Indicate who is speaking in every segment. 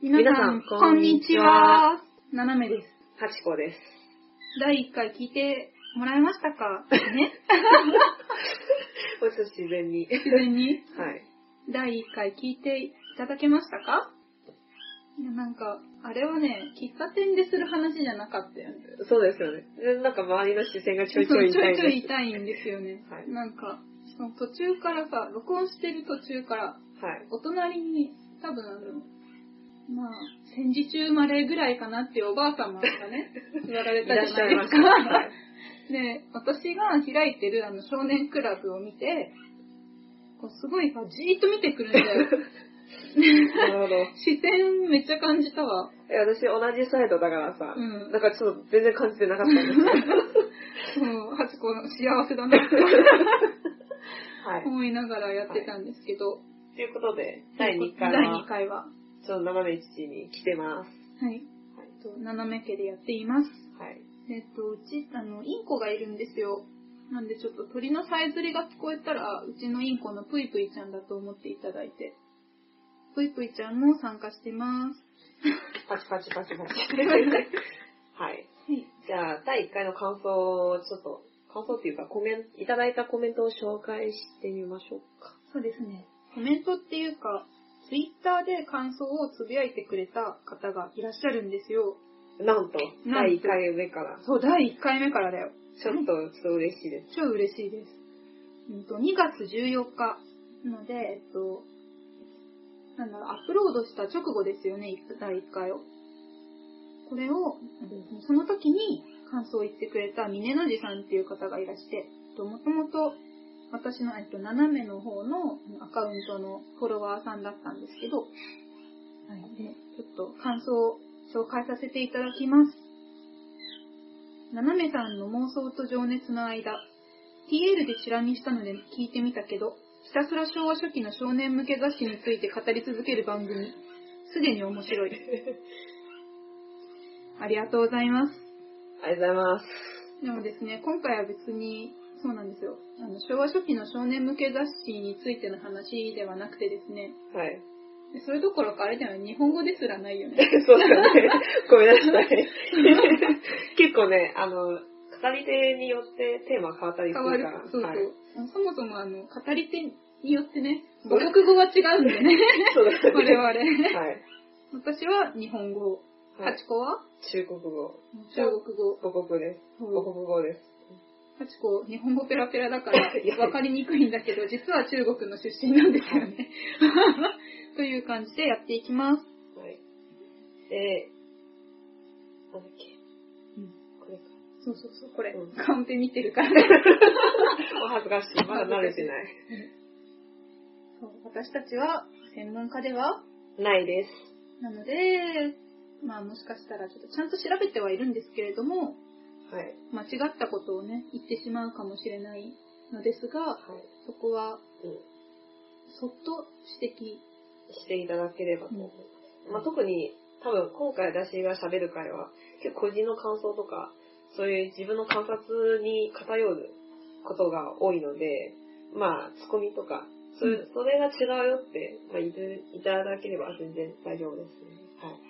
Speaker 1: 皆さん、こんにちは。ナナメです。
Speaker 2: ハチコです。
Speaker 1: 第1回聞いてもらえましたかね
Speaker 2: これちょっと自然 に。
Speaker 1: 自然に
Speaker 2: はい。
Speaker 1: 第1回聞いていただけましたかいやなんか、あれはね、喫茶店でする話じゃなかったよね。
Speaker 2: そうですよね。でなんか周りの視線がちょいち
Speaker 1: そ
Speaker 2: ょ
Speaker 1: う
Speaker 2: い痛い
Speaker 1: ちょい
Speaker 2: です。
Speaker 1: 痛いんですよね。
Speaker 2: はい
Speaker 1: なんか、その途中からさ、録音してる途中から、
Speaker 2: はい。
Speaker 1: お隣に、多分あの、まあ、戦時中までぐらいかなっていうおばあ様がね、座られ
Speaker 2: い
Speaker 1: た
Speaker 2: らっ
Speaker 1: じゃ
Speaker 2: しゃ
Speaker 1: ないい
Speaker 2: ま
Speaker 1: で
Speaker 2: し
Speaker 1: す
Speaker 2: た。
Speaker 1: か。
Speaker 2: はい。
Speaker 1: で、私が開いてるあの少年クラブを見て、こうすごいさ、じーっと見てくるんだよ。
Speaker 2: なるほど。
Speaker 1: 視線めっちゃ感じたわ。
Speaker 2: え私同じサイドだからさ、
Speaker 1: うん
Speaker 2: なんかちょっと全然感じてなかったん ですけど
Speaker 1: もう、ハチ子の幸せだなって
Speaker 2: はい。
Speaker 1: 思いながらやってたんですけど、
Speaker 2: ということで、第2回
Speaker 1: 第二
Speaker 2: は、
Speaker 1: 回は、は
Speaker 2: ちょっと斜め父に来てます。
Speaker 1: い、えっと斜め家でやっています。
Speaker 2: はい。はい。
Speaker 1: えっと、うち、あの、インコがいるんですよ。なんでちょっと鳥のさえずりが聞こえたら、うちのインコのぷいぷいちゃんだと思っていただいて、ぷいぷいちゃんも参加してます。
Speaker 2: パチパチパチパチ。 はい。
Speaker 1: はい。
Speaker 2: じゃあ、第1回の感想を、ちょっと、感想っていうか、コメント、いただいたコメントを紹介してみましょうか。
Speaker 1: そうですね。コメントっていうか、ツイッターで感想をつぶやいてくれた方がいらっしゃるんですよ。
Speaker 2: なんと、
Speaker 1: なんと
Speaker 2: 第1回目から。
Speaker 1: そう、第1回目からだよ。
Speaker 2: ちょっと、ちょっと嬉しいです。
Speaker 1: 超嬉しいです。うんと、2月14日なので、えっと、なんだろう、アップロードした直後ですよね、い第1回を。これを、うんその時に感想を言ってくれた峰のじさんっていう方がいらして、もともと私の、えっと、斜めの方のアカウントのフォロワーさんだったんですけど、はい、で、ちょっと感想を紹介させていただきます。斜めさんの妄想と情熱の間、TL でチラ見したので聞いてみたけど、ひたすら昭和初期の少年向け雑誌について語り続ける番組、すでに面 白い。ありがとうございます。
Speaker 2: ありがとうございます。
Speaker 1: でもですね、今回は別に、そうなんですよ。あの昭和初期の少年向け雑誌についての話ではなくてですね、
Speaker 2: はい。
Speaker 1: でそれどころかあれだよね、日本語ですらないよね。
Speaker 2: そうだ ね。ごめんなさ い。結構ね、あの、語り手によってテーマ変わったり
Speaker 1: 変
Speaker 2: す
Speaker 1: わ
Speaker 2: る
Speaker 1: る
Speaker 2: から。。
Speaker 1: そうそう。
Speaker 2: はい
Speaker 1: そもそもあの、語り手によってね、母国語は違うんでね、
Speaker 2: そうだ
Speaker 1: 我
Speaker 2: ね。
Speaker 1: 々。
Speaker 2: はい。
Speaker 1: 私は日本語、
Speaker 2: は
Speaker 1: ハ
Speaker 2: い
Speaker 1: チコは
Speaker 2: 中国語。
Speaker 1: 中国語、
Speaker 2: 母国です。母国語です。
Speaker 1: ハチコ日本語ペラペラだから
Speaker 2: いや
Speaker 1: 分かりにくいんだけど、実は中国の出身なんですよ ね。という感じでやっていきます。
Speaker 2: はい。で、なんだっけ。
Speaker 1: うん
Speaker 2: これか。
Speaker 1: そうそうそう、これ、
Speaker 2: うん
Speaker 1: カンペ見てるから。
Speaker 2: お恥ずかしい。まだ慣れてない。
Speaker 1: そう私たちは専門家では
Speaker 2: ないです。
Speaker 1: なので、まあもしかしたらちょっとちゃんと調べてはいるんですけれども、
Speaker 2: はい。
Speaker 1: 間違ったことをね、言ってしまうかもしれないのですが、
Speaker 2: はい。
Speaker 1: そこは
Speaker 2: うん。
Speaker 1: そっと指摘
Speaker 2: していただければと思います。まあ、特に、多分今回私が喋る回は、結構個人の感想とか、そういう自分の観察に偏ることが多いので、まあ、ツッコミとか、それ
Speaker 1: う
Speaker 2: それが違うよって、まあ、言っていただければ全然大丈夫ですね。はい。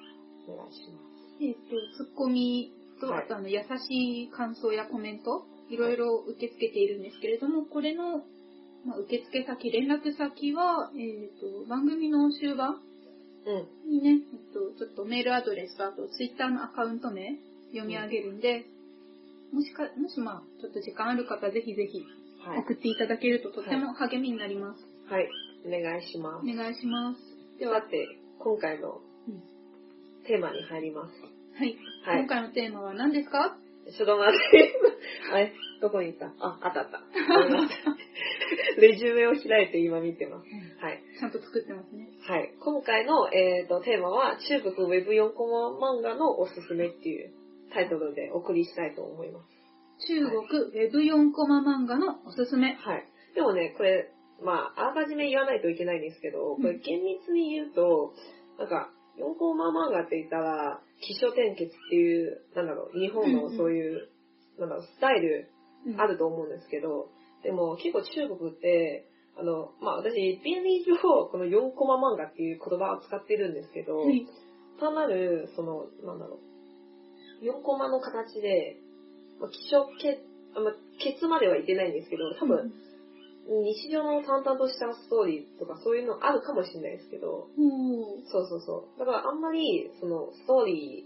Speaker 2: お願いします。
Speaker 1: えっ、と、ツッコミと、
Speaker 2: は
Speaker 1: あ
Speaker 2: い
Speaker 1: とあの、優しい感想やコメント、いろいろ受け付けているんですけれども、これの、まあ、受付先、連絡先は、えっ、と、番組の終盤
Speaker 2: うん。
Speaker 1: にね、えっと、ちょっとメールアドレスと、あと、ツイッターのアカウント名、読み上げるんで、もしか、もしまあ、ちょっと時間ある方、ぜひぜひ、
Speaker 2: はい。
Speaker 1: 送っていただけると、とても励みになります。
Speaker 2: はい。お願いします。
Speaker 1: お願いします。で
Speaker 2: さ
Speaker 1: は、
Speaker 2: て、今回の
Speaker 1: うん
Speaker 2: テーマに入ります。
Speaker 1: はい。
Speaker 2: はい
Speaker 1: 今回のテーマは何ですか
Speaker 2: ちょっと待って。あれどこに行った あ、あったあった。ごめんなさいレジュメを開いて今見てます。はい。
Speaker 1: ちゃんと作ってますね。
Speaker 2: はい。今回の、えー、とテーマは、中国 Web4 コマ漫画のおすすめっていうタイトルでお送りしたいと思います。
Speaker 1: 中国 Web4 コマ漫画のおすすめ。
Speaker 2: はい。でもね、これ、まあ、あらかじめ言わないといけないんですけど、こ
Speaker 1: う
Speaker 2: れ
Speaker 1: ん
Speaker 2: 厳密に言うと、なんか、4コマ漫画って言ったら、起承転結っていう、なんだろう、日本のそういう、なんだろう、スタイル
Speaker 1: うん
Speaker 2: あると思うんですけど、でも結構中国って、あの、まあ、私、便利上、この4コマ漫画っていう言葉を使ってるんですけど、
Speaker 1: はい
Speaker 2: 重なる、その、なんだろう、4コマの形で、まあ、気象け、あまあ、ケツまではいってないんですけど、多分、日常の淡々としたストーリーとかそういうのあるかもしれないですけど、
Speaker 1: うん。
Speaker 2: そうそうそう。だからあんまり、その、ストーリ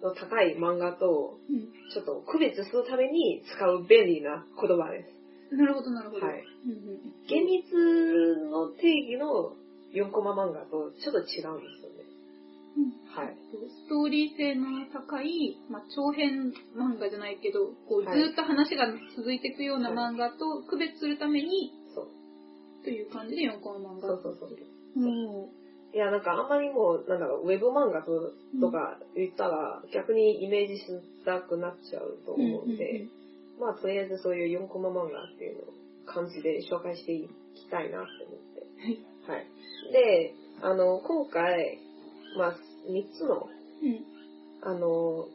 Speaker 2: ーの高い漫画と、
Speaker 1: う
Speaker 2: ちょっと区別するために使う便利な言葉です。
Speaker 1: ん。なるほど、なるほど。
Speaker 2: はい
Speaker 1: うんうん。
Speaker 2: 厳密の定義の4コマ漫画とちょっと違うんですよね。はい。
Speaker 1: ストーリー性の高い、まあ、長編漫画じゃないけど、こうず
Speaker 2: はい
Speaker 1: ーっと話が続いていくような漫画と区別するために、
Speaker 2: そう。
Speaker 1: という感じで4コマ漫画。
Speaker 2: そうそうそう。
Speaker 1: うん
Speaker 2: いや、なんかあんまりもう、なんだろう、ウェブ漫画ととか言ったら、逆にイメージしづらくなっちゃうと思うんで、まあ、とりあえずそういう4コマ漫画っていうのを感じで紹介していきたいなって思って。
Speaker 1: はい。
Speaker 2: はい。で、あの、今回、まあ、3つ
Speaker 1: う
Speaker 2: の、
Speaker 1: ん。
Speaker 2: あの、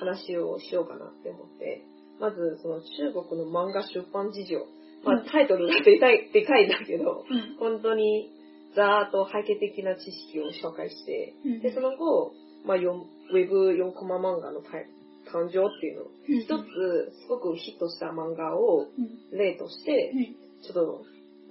Speaker 2: 話をしようかなって思って、まず、その中国の漫画出版事情。まあ
Speaker 1: う、ん
Speaker 2: タイトルがでかい、でかいんだけど、
Speaker 1: うん
Speaker 2: 本当に、ざーっと背景的な知識を紹介して、
Speaker 1: うん。
Speaker 2: で、その後、まあ、よんウェブ4コマ漫画のたい誕生っていうのを、
Speaker 1: うん、
Speaker 2: 一つ、すごくヒットした漫画を
Speaker 1: うん。
Speaker 2: 例として
Speaker 1: う、ん。
Speaker 2: ちょっと、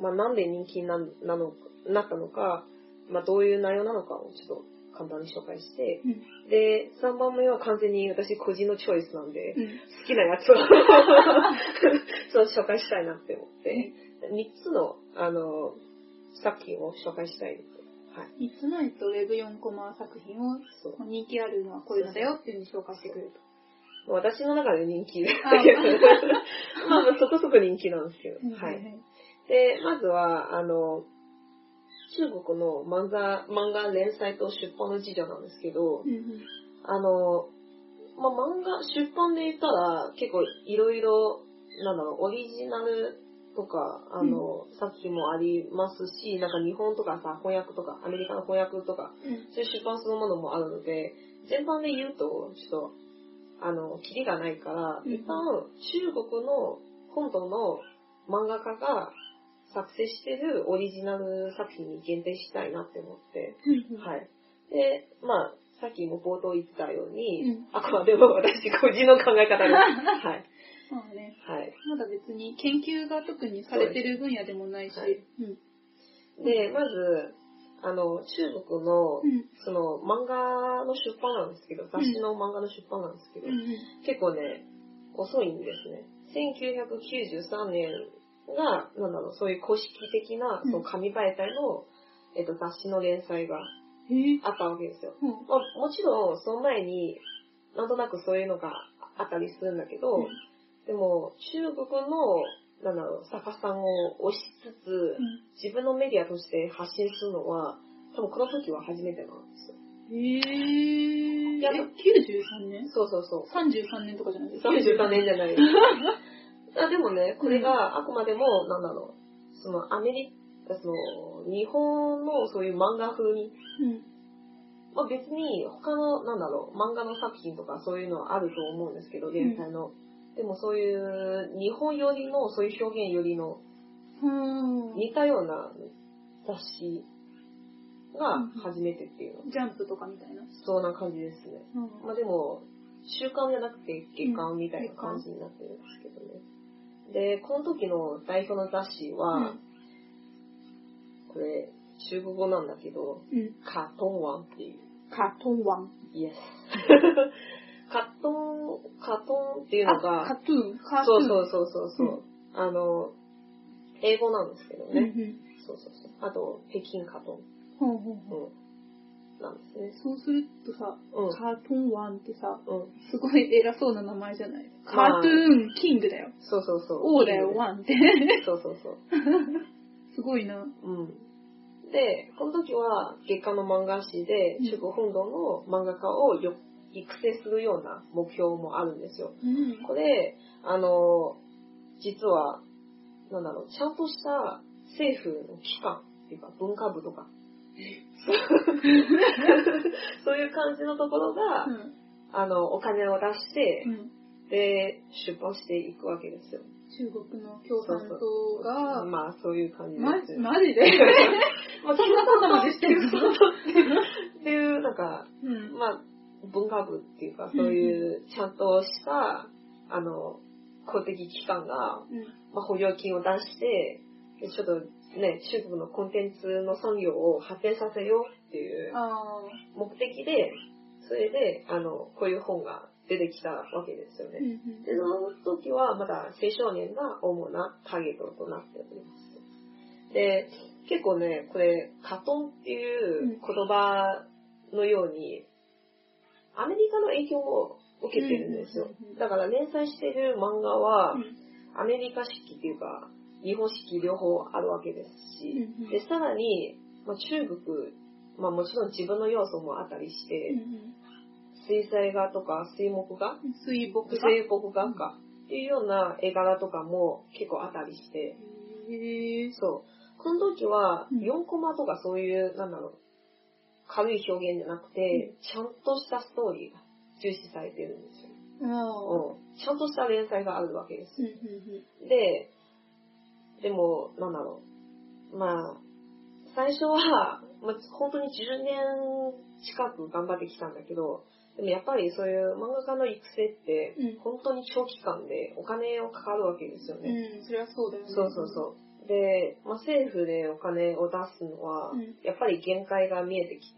Speaker 2: まあ、なんで人気にななのなったのか、まあ、どういう内容なのかをちょっと簡単に紹介して、
Speaker 1: うん。
Speaker 2: で、3番目は完全に私個人のチョイスなんで、
Speaker 1: うん。
Speaker 2: 好きなやつを そう紹介したいなって思って、3つの、あの、作品を紹介したい。はい。
Speaker 1: いつの、えっと、ウェブ4コマ作品を、
Speaker 2: そう
Speaker 1: 人気あるのはこういうのだよっていうふうに紹介してくれると。
Speaker 2: 私の中で人気だ
Speaker 1: あ
Speaker 2: けど、 まあそこそこ人気なんですけど、
Speaker 1: は
Speaker 2: はいい。で、まずは、あの、中国の漫画、漫画連載と出版の事情なんですけど
Speaker 1: う、んうん
Speaker 2: あの、まあ、漫画、出版で言ったら、結構いろいろ、なんだろう、オリジナルとか、あの、作品もありますし、なんか日本とかさ、翻訳とか、アメリカの翻訳とか、
Speaker 1: うん
Speaker 2: そういう出版そのものもあるので、全般で言うと、ちょっと、あの、キリがないから、
Speaker 1: うん
Speaker 2: 一旦中国の本土の漫画家が作成してるオリジナル作品に限定したいなって思って、
Speaker 1: うん。い。
Speaker 2: はい。で、まあ、さっきも冒頭言ったように、
Speaker 1: うん
Speaker 2: あくまでも私個人の考え方です。 はい。
Speaker 1: まあね、
Speaker 2: はい。
Speaker 1: まだ別に研究が特にされてる分野でもないし。
Speaker 2: そうで
Speaker 1: うん。
Speaker 2: で、まず、あの、中国の、
Speaker 1: うん。
Speaker 2: その漫画の出版なんですけど、雑誌の漫画の出版なんですけど、
Speaker 1: うんうん。
Speaker 2: 結構ね、遅いんですね。1993年が、なんだろう、そういう公式的な、
Speaker 1: うん
Speaker 2: その紙媒体の、えっと、雑誌の連載が
Speaker 1: へえ。
Speaker 2: あったわけですよ。
Speaker 1: うん。
Speaker 2: まあ、もちろん、その前に、なんとなくそういうのがあったりするんだけど、
Speaker 1: うん
Speaker 2: でも、中国の、なんだろう、作家さんを推しつつ、自分のメディアとして発信するのは、多分この時は初めてなんですよ。
Speaker 1: へえ。
Speaker 2: いや
Speaker 1: え、93年
Speaker 2: そうそうそう。
Speaker 1: ?33 年とかじゃないですか。
Speaker 2: 33年じ ゃない。あでもね、これがあくまでも、なんだろう、そのアメリカ、その日本のそういう漫画風に、
Speaker 1: うん。
Speaker 2: まあ、別に他の、なんだろう、漫画の作品とかそういうのはあると思うんですけど、連載の。でもそういう日本寄りの、そういう表現寄りの
Speaker 1: うん。
Speaker 2: 似たような雑誌が初めてっていうの。
Speaker 1: ジャンプとかみたいな。
Speaker 2: そんな感じですね。
Speaker 1: うん。
Speaker 2: まあでも、週刊じゃなくて月刊みたいな感じになってるんですけどね。で、この時の代表の雑誌は、これ、中国語なんだけど、
Speaker 1: うん。
Speaker 2: カトンワンっていう。
Speaker 1: カトンワン。
Speaker 2: イエス。 カトン、カトンっていうの
Speaker 1: あ、カ
Speaker 2: が、
Speaker 1: トゥーン。カトゥー
Speaker 2: そう
Speaker 1: ン。
Speaker 2: そう
Speaker 1: う
Speaker 2: そうそうそう、あの、英語なんですけど
Speaker 1: んうん。
Speaker 2: ね。そうそうそう。あと、北京カトン。
Speaker 1: ほうほうほう
Speaker 2: うん。なんですね。
Speaker 1: そうするとさ、
Speaker 2: うん。
Speaker 1: カートンワンってさ、
Speaker 2: うん。
Speaker 1: すごい偉そうな名前じゃないカ
Speaker 2: まあ
Speaker 1: ートゥーンキングだよ。
Speaker 2: そうそうそう。
Speaker 1: 王だよ、ワンって。
Speaker 2: そうそうそう。
Speaker 1: すごいな。
Speaker 2: うん。で、この時は月間の漫画誌で
Speaker 1: うん
Speaker 2: 中国本土の漫画家をよ育成するような目標もあるんですよ。
Speaker 1: うん
Speaker 2: これ、あの、実は、なんだろう、ちゃんとした政府の機関っていうか文化部とか、そういう感じのところが、
Speaker 1: うん。
Speaker 2: あの、お金を出して
Speaker 1: う、ん。
Speaker 2: で、出版していくわけですよ。
Speaker 1: 中国の共産党が、
Speaker 2: まあ、そういう感じ
Speaker 1: マ
Speaker 2: です
Speaker 1: ジ
Speaker 2: ね。
Speaker 1: マジで
Speaker 2: まあ、
Speaker 1: そんなことまでしてるの
Speaker 2: そうそうっていう、なんか、
Speaker 1: うん。
Speaker 2: まあ、文化部っていうか、そういう、ちゃんとした、あの、公的機関が、まあ、補助金を出して、でちょっとね、中国のコンテンツの産業を発展させようっていう
Speaker 1: ああ、
Speaker 2: 目的で、それで、あの、こういう本が出てきたわけですよね。
Speaker 1: うんうん。
Speaker 2: で、その時はまだ青少年が主なターゲットとなっております。で、結構ね、これ、カトンっていう言葉のように、アメリカの影響を受けてるんですよ
Speaker 1: うんうんうんうん。
Speaker 2: だから連載してる漫画は
Speaker 1: うん、
Speaker 2: アメリカ式っていうか、日本式両方あるわけで
Speaker 1: う
Speaker 2: す
Speaker 1: ん
Speaker 2: し、
Speaker 1: うん
Speaker 2: で、さらに、まあ、中国、まあもちろん自分の要素もあったりし
Speaker 1: うん
Speaker 2: て、水彩画とか水墨画
Speaker 1: うん水墨画。へ
Speaker 2: 水墨画かっていうような絵柄とかも結構あったりして、
Speaker 1: え
Speaker 2: そう。この時は
Speaker 1: うん
Speaker 2: 4コマとかそういう、なんだろう、軽い表現じゃなくて、ちゃんとしたストーリーが重視されてるんですよ。
Speaker 1: ああ。
Speaker 2: うんちゃんとした連載があるわけです
Speaker 1: う。んう
Speaker 2: で、でも、なんだろう。まあ、最初は、まあ、本当に10年近く頑張ってきたんだけど、でもやっぱりそういう漫画家の育成って
Speaker 1: うん、
Speaker 2: 本当に長期間でお金をかかるわけですよ
Speaker 1: んう
Speaker 2: ね。
Speaker 1: ん。うん、そりゃそうだよね。
Speaker 2: そうそうそう。で、まあ、政府でお金を出すのは
Speaker 1: うん、
Speaker 2: やっぱり限界が見えてき
Speaker 1: う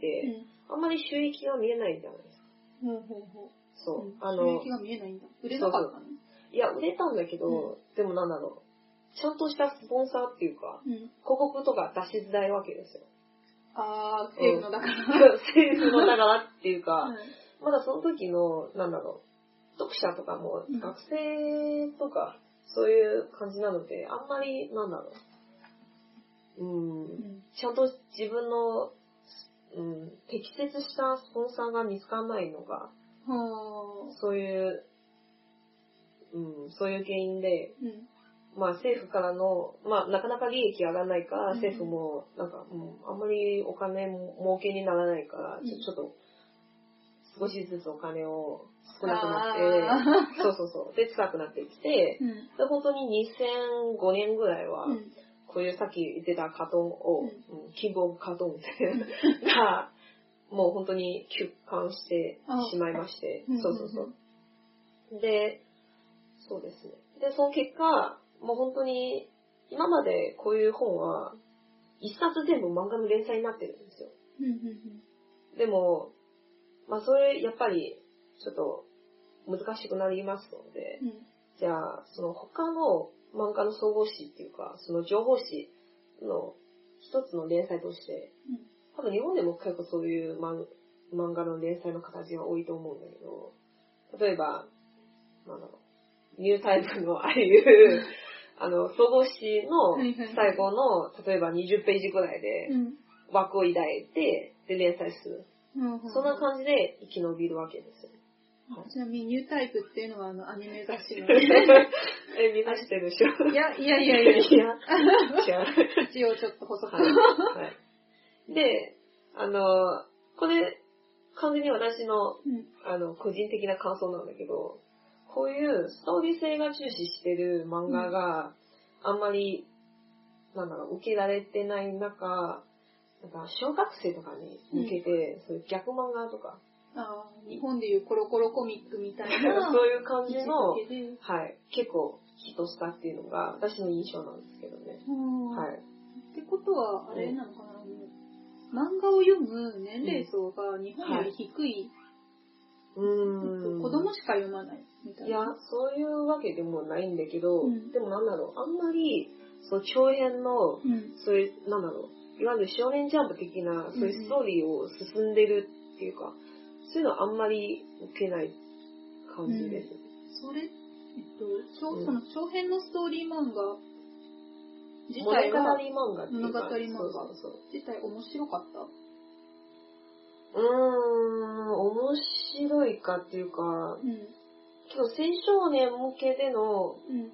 Speaker 1: ん。
Speaker 2: て、あんまり収益が見えないんじゃないですか。
Speaker 1: ほうほうほ。
Speaker 2: そうう
Speaker 1: う。ん
Speaker 2: あ
Speaker 1: 収
Speaker 2: の
Speaker 1: 益、が見えないんだ。売れなかったの
Speaker 2: いや、売れたんだけど、でもなんだろう。ちゃんとしたスポンサーっていうか、
Speaker 1: うん。
Speaker 2: 広告とか出しづらいわけ ですよ。
Speaker 1: ああ、政府のだから。
Speaker 2: 政府のだからっていう
Speaker 1: う
Speaker 2: か、
Speaker 1: ん
Speaker 2: まだその時の、なんだろう、読者とかも
Speaker 1: うん
Speaker 2: 学生とか、そういう感じなので、あんまり、なんだろう、うん、ちゃんと自分の、うん、適切したスポンサーが見つからないのが、
Speaker 1: うん。はあ。
Speaker 2: そういう、うん、そういう原因で、
Speaker 1: うん。
Speaker 2: まあ政府からの、まあなかなか利益上がらないから、
Speaker 1: うん
Speaker 2: 政府もなんか、うん、あんまりお金も儲けにならないから、ち
Speaker 1: う
Speaker 2: ょ
Speaker 1: ん
Speaker 2: ちょっと、少しずつお金を少なくなっ
Speaker 1: ああ
Speaker 2: て、そうそうそう、で、辛くなってきて、
Speaker 1: うん。
Speaker 2: で、本当に2005年ぐらいは、
Speaker 1: うん。
Speaker 2: こういうさっき言ってたカトンを、
Speaker 1: う
Speaker 2: うんん、キングオブカトンって、が、もう本当に休刊してしまいまして
Speaker 1: あうん、
Speaker 2: そうそうそう。で、そうですね。で、その結果、もう本当に、今までこういう本は、一冊全部漫画の連載になってるんですよ。
Speaker 1: うんうん
Speaker 2: でも、まあそれ、やっぱり、ちょっと、難しくなりますので、
Speaker 1: うん。うん。
Speaker 2: じゃあ、その他の漫画の総合誌っていうか、その情報誌の一つの連載として、多分日本でも結構そういう漫漫画の連載の形が多いと思うんだけど、例えば、なんだろう、ニュータイプのああいう、 あの、総合誌の
Speaker 1: はいはい
Speaker 2: 最後の、例えば20ページぐらいで
Speaker 1: うん。
Speaker 2: 枠を抱いて、で連載する。
Speaker 1: うん。
Speaker 2: そんな感じで生き延びるわけですよ。
Speaker 1: じ。ちなみにニュータイプっていうのはあのアニメ雑誌の。
Speaker 2: え、みんなしてるでし ょ
Speaker 1: いや、いやいやいや。
Speaker 2: いや、違う。
Speaker 1: 一応ちょっと補足。
Speaker 2: はい。はい、で、あの、これ、完全に私の、
Speaker 1: うん。
Speaker 2: あの、個人的な感想なんだけど、こういうストーリー性が重視してる漫画が、あんまり、なんだろう、受けられてない中、なんか、小学生とかに向けて、そういう逆漫画とか、
Speaker 1: あー日本でいうコロコロコミックみたい
Speaker 2: そう
Speaker 1: な。
Speaker 2: いう感じの、
Speaker 1: 位置づけで
Speaker 2: はい、結構ヒットしたっていうのが、私の印象なんですけどね。
Speaker 1: うん
Speaker 2: はい。
Speaker 1: ってことは、あれなのかな、あの漫画を読む年齢層が日本より低い、
Speaker 2: う
Speaker 1: えっ
Speaker 2: ーん。
Speaker 1: と子供しか読まないみたいな。
Speaker 2: いや、そういうわけでもないんだけど、
Speaker 1: うん
Speaker 2: でもなんだろう、あんまり、そう、長編の、
Speaker 1: うん。
Speaker 2: そういう、なんだろう、いわゆる少年ジャンプ的な、そういうストーリーを進んでるっていうか、そういうのあんまり受けない感じです。
Speaker 1: それ、えっと、長
Speaker 2: うん
Speaker 1: その長編のストーリー漫画自
Speaker 2: 物語
Speaker 1: 体は、
Speaker 2: 漫画ってい
Speaker 1: 物
Speaker 2: うか。
Speaker 1: 語漫画
Speaker 2: そうそう
Speaker 1: 自体面白かった。
Speaker 2: そう。うーん、面白いかっていうか、
Speaker 1: うん。
Speaker 2: けど青少年向けでの、
Speaker 1: うん。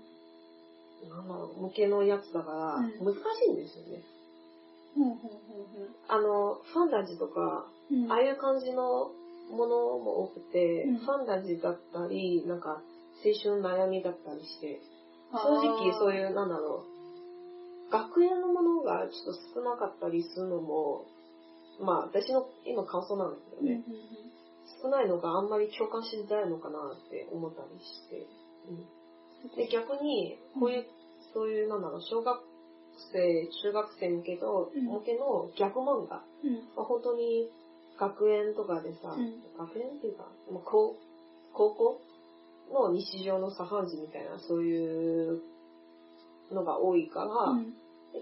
Speaker 2: なんだろう、向けのやつだから、
Speaker 1: うん
Speaker 2: 難しいんですよね。
Speaker 1: ほうほうほ
Speaker 2: あの、ファンタジーとか、
Speaker 1: うほう。うん。
Speaker 2: ああいう感じのものも多くて、
Speaker 1: うん
Speaker 2: ファンタジーだったり、なんか青春の悩みだったりして、正直そういう、なんだろう、学園のものがちょっと少なかったりするのも、まあ私の今感想なんですけど
Speaker 1: うんうん
Speaker 2: ね、少ないのがあんまり共感しづらいのかなって思ったりして、うん、で逆に、こういう、そういう、なんだろう、小学生、中学生向けの、
Speaker 1: うん
Speaker 2: 向けのギャグ漫画、
Speaker 1: うん
Speaker 2: まあ、本当に学園とかでさ、
Speaker 1: うん
Speaker 2: 学園っていうか、まあ、高高校の日常の茶飯事みたいな、そういうのが多いから、
Speaker 1: うん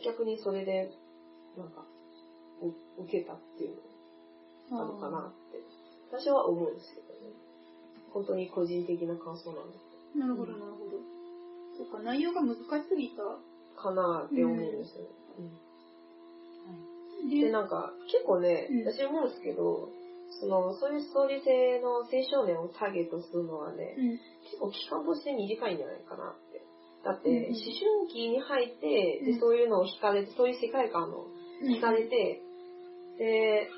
Speaker 2: 逆にそれで、なんか、う受けたっていうのがあるかなって、私は思うんですけどね。本当に個人的な感想なんです
Speaker 1: なるほど、なるほど。そっか、内容が難しすぎた。
Speaker 2: かなって思うんですよね。うん
Speaker 1: で
Speaker 2: で、なんか、結構ね
Speaker 1: うん、
Speaker 2: 私思うんですけど、その、そういうストーリー性の青少年をターゲットするのはね、
Speaker 1: うん
Speaker 2: 結構期間として短いんじゃないかなって。だって、
Speaker 1: うん
Speaker 2: 思春期に入って、
Speaker 1: う
Speaker 2: で、
Speaker 1: ん
Speaker 2: そういうのを惹かれて、そういう世界観を
Speaker 1: うん
Speaker 2: 惹かれて、で、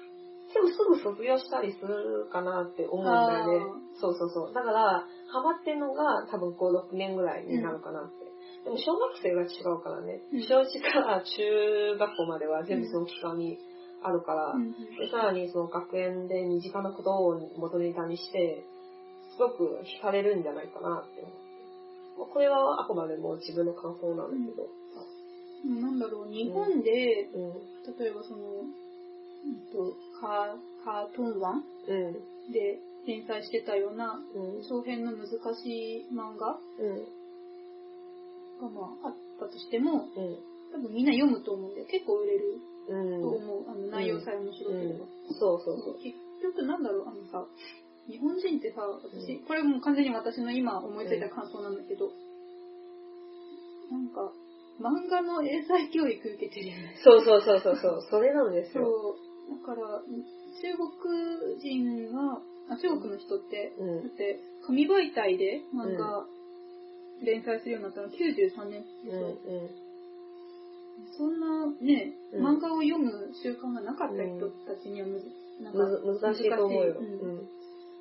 Speaker 2: でもすぐ卒業したりするかなって思うんだよね
Speaker 1: あ。
Speaker 2: そうそうそう。だから、ハマってんのが多分5、6年ぐらいになるかなって。でも小学生が違うからね
Speaker 1: うん。
Speaker 2: 小児から中学校までは全部その期間にあるから、
Speaker 1: うんうん
Speaker 2: でさらにその学園で身近なことを元ネタにして、すごく惹かれるんじゃないかなって思う。まあこれはあくまでも自分の感想なんだけど。
Speaker 1: でもなんだろう、日本で、
Speaker 2: うん。
Speaker 1: 例えばその、うんと、カーカートンワン
Speaker 2: うん。
Speaker 1: で連載してたような、
Speaker 2: うん。
Speaker 1: 長編の難しい漫画が
Speaker 2: うん。
Speaker 1: まああったとしても、
Speaker 2: うん。
Speaker 1: 多分みんな読むと思うんで、結構売れる
Speaker 2: う
Speaker 1: と
Speaker 2: ん。
Speaker 1: 思う。あの、内容さえ面白ければ。
Speaker 2: そうそう
Speaker 1: そ
Speaker 2: そうう。
Speaker 1: 結局なんだろう、あのさ、日本人ってさ、私、これもう完全に私の今思いついた感想なんだけど、なんか、漫画の英才教育受けてるよね。
Speaker 2: そうそうそうそうそう。それなんです
Speaker 1: そ
Speaker 2: よ。
Speaker 1: う。だから、中国人は、あ中国の人って、
Speaker 2: う
Speaker 1: だっ
Speaker 2: ん。
Speaker 1: て、紙媒体で漫画連載するようになったの93年で
Speaker 2: う
Speaker 1: し
Speaker 2: ん
Speaker 1: ょ。
Speaker 2: うん。
Speaker 1: そんなね、
Speaker 2: うん
Speaker 1: 漫画を読む習慣がなかった人たちにはむず、なんか、
Speaker 2: む難しいと思うよ。
Speaker 1: 難しいうん
Speaker 2: うん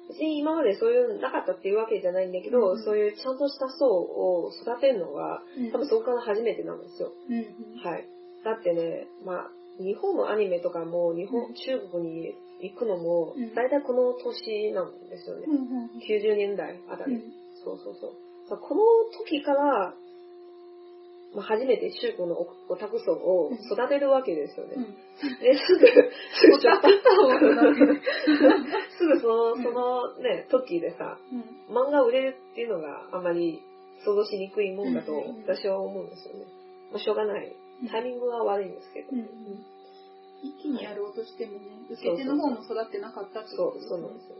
Speaker 2: 別に今までそういうのなかったっていうわけじゃないんだ
Speaker 1: う
Speaker 2: け
Speaker 1: ん
Speaker 2: ど、
Speaker 1: うん
Speaker 2: そういうちゃんとした層を育てるのが、
Speaker 1: うん
Speaker 2: 多分そこから初めてなんですよ。
Speaker 1: うん
Speaker 2: はい。だってね、まあ、日本のアニメとかも、日本、
Speaker 1: うん
Speaker 2: 中国に行くのも
Speaker 1: うん、
Speaker 2: 大体この年なんですよね。
Speaker 1: うんうん
Speaker 2: 90年代あた
Speaker 1: うん
Speaker 2: り。そうそうそう。だからこの時から、まあ、初めて中国のオオタク層を育てるわけですよね。
Speaker 1: うんうん
Speaker 2: ですぐ、すぐ
Speaker 1: オタク層を育てる
Speaker 2: すぐその、
Speaker 1: うん
Speaker 2: そのね、時でさ、
Speaker 1: うん
Speaker 2: 漫画売れるっていうのがあんまり想像しにくいもんだと
Speaker 1: うんうんうん
Speaker 2: 私は思うんですよね。まあ、しょうがない。タイミングは悪いんですけど。
Speaker 1: うん一気にやろうとしてもね、受け手の方も育ってなかったって
Speaker 2: そう、そうなんですよ。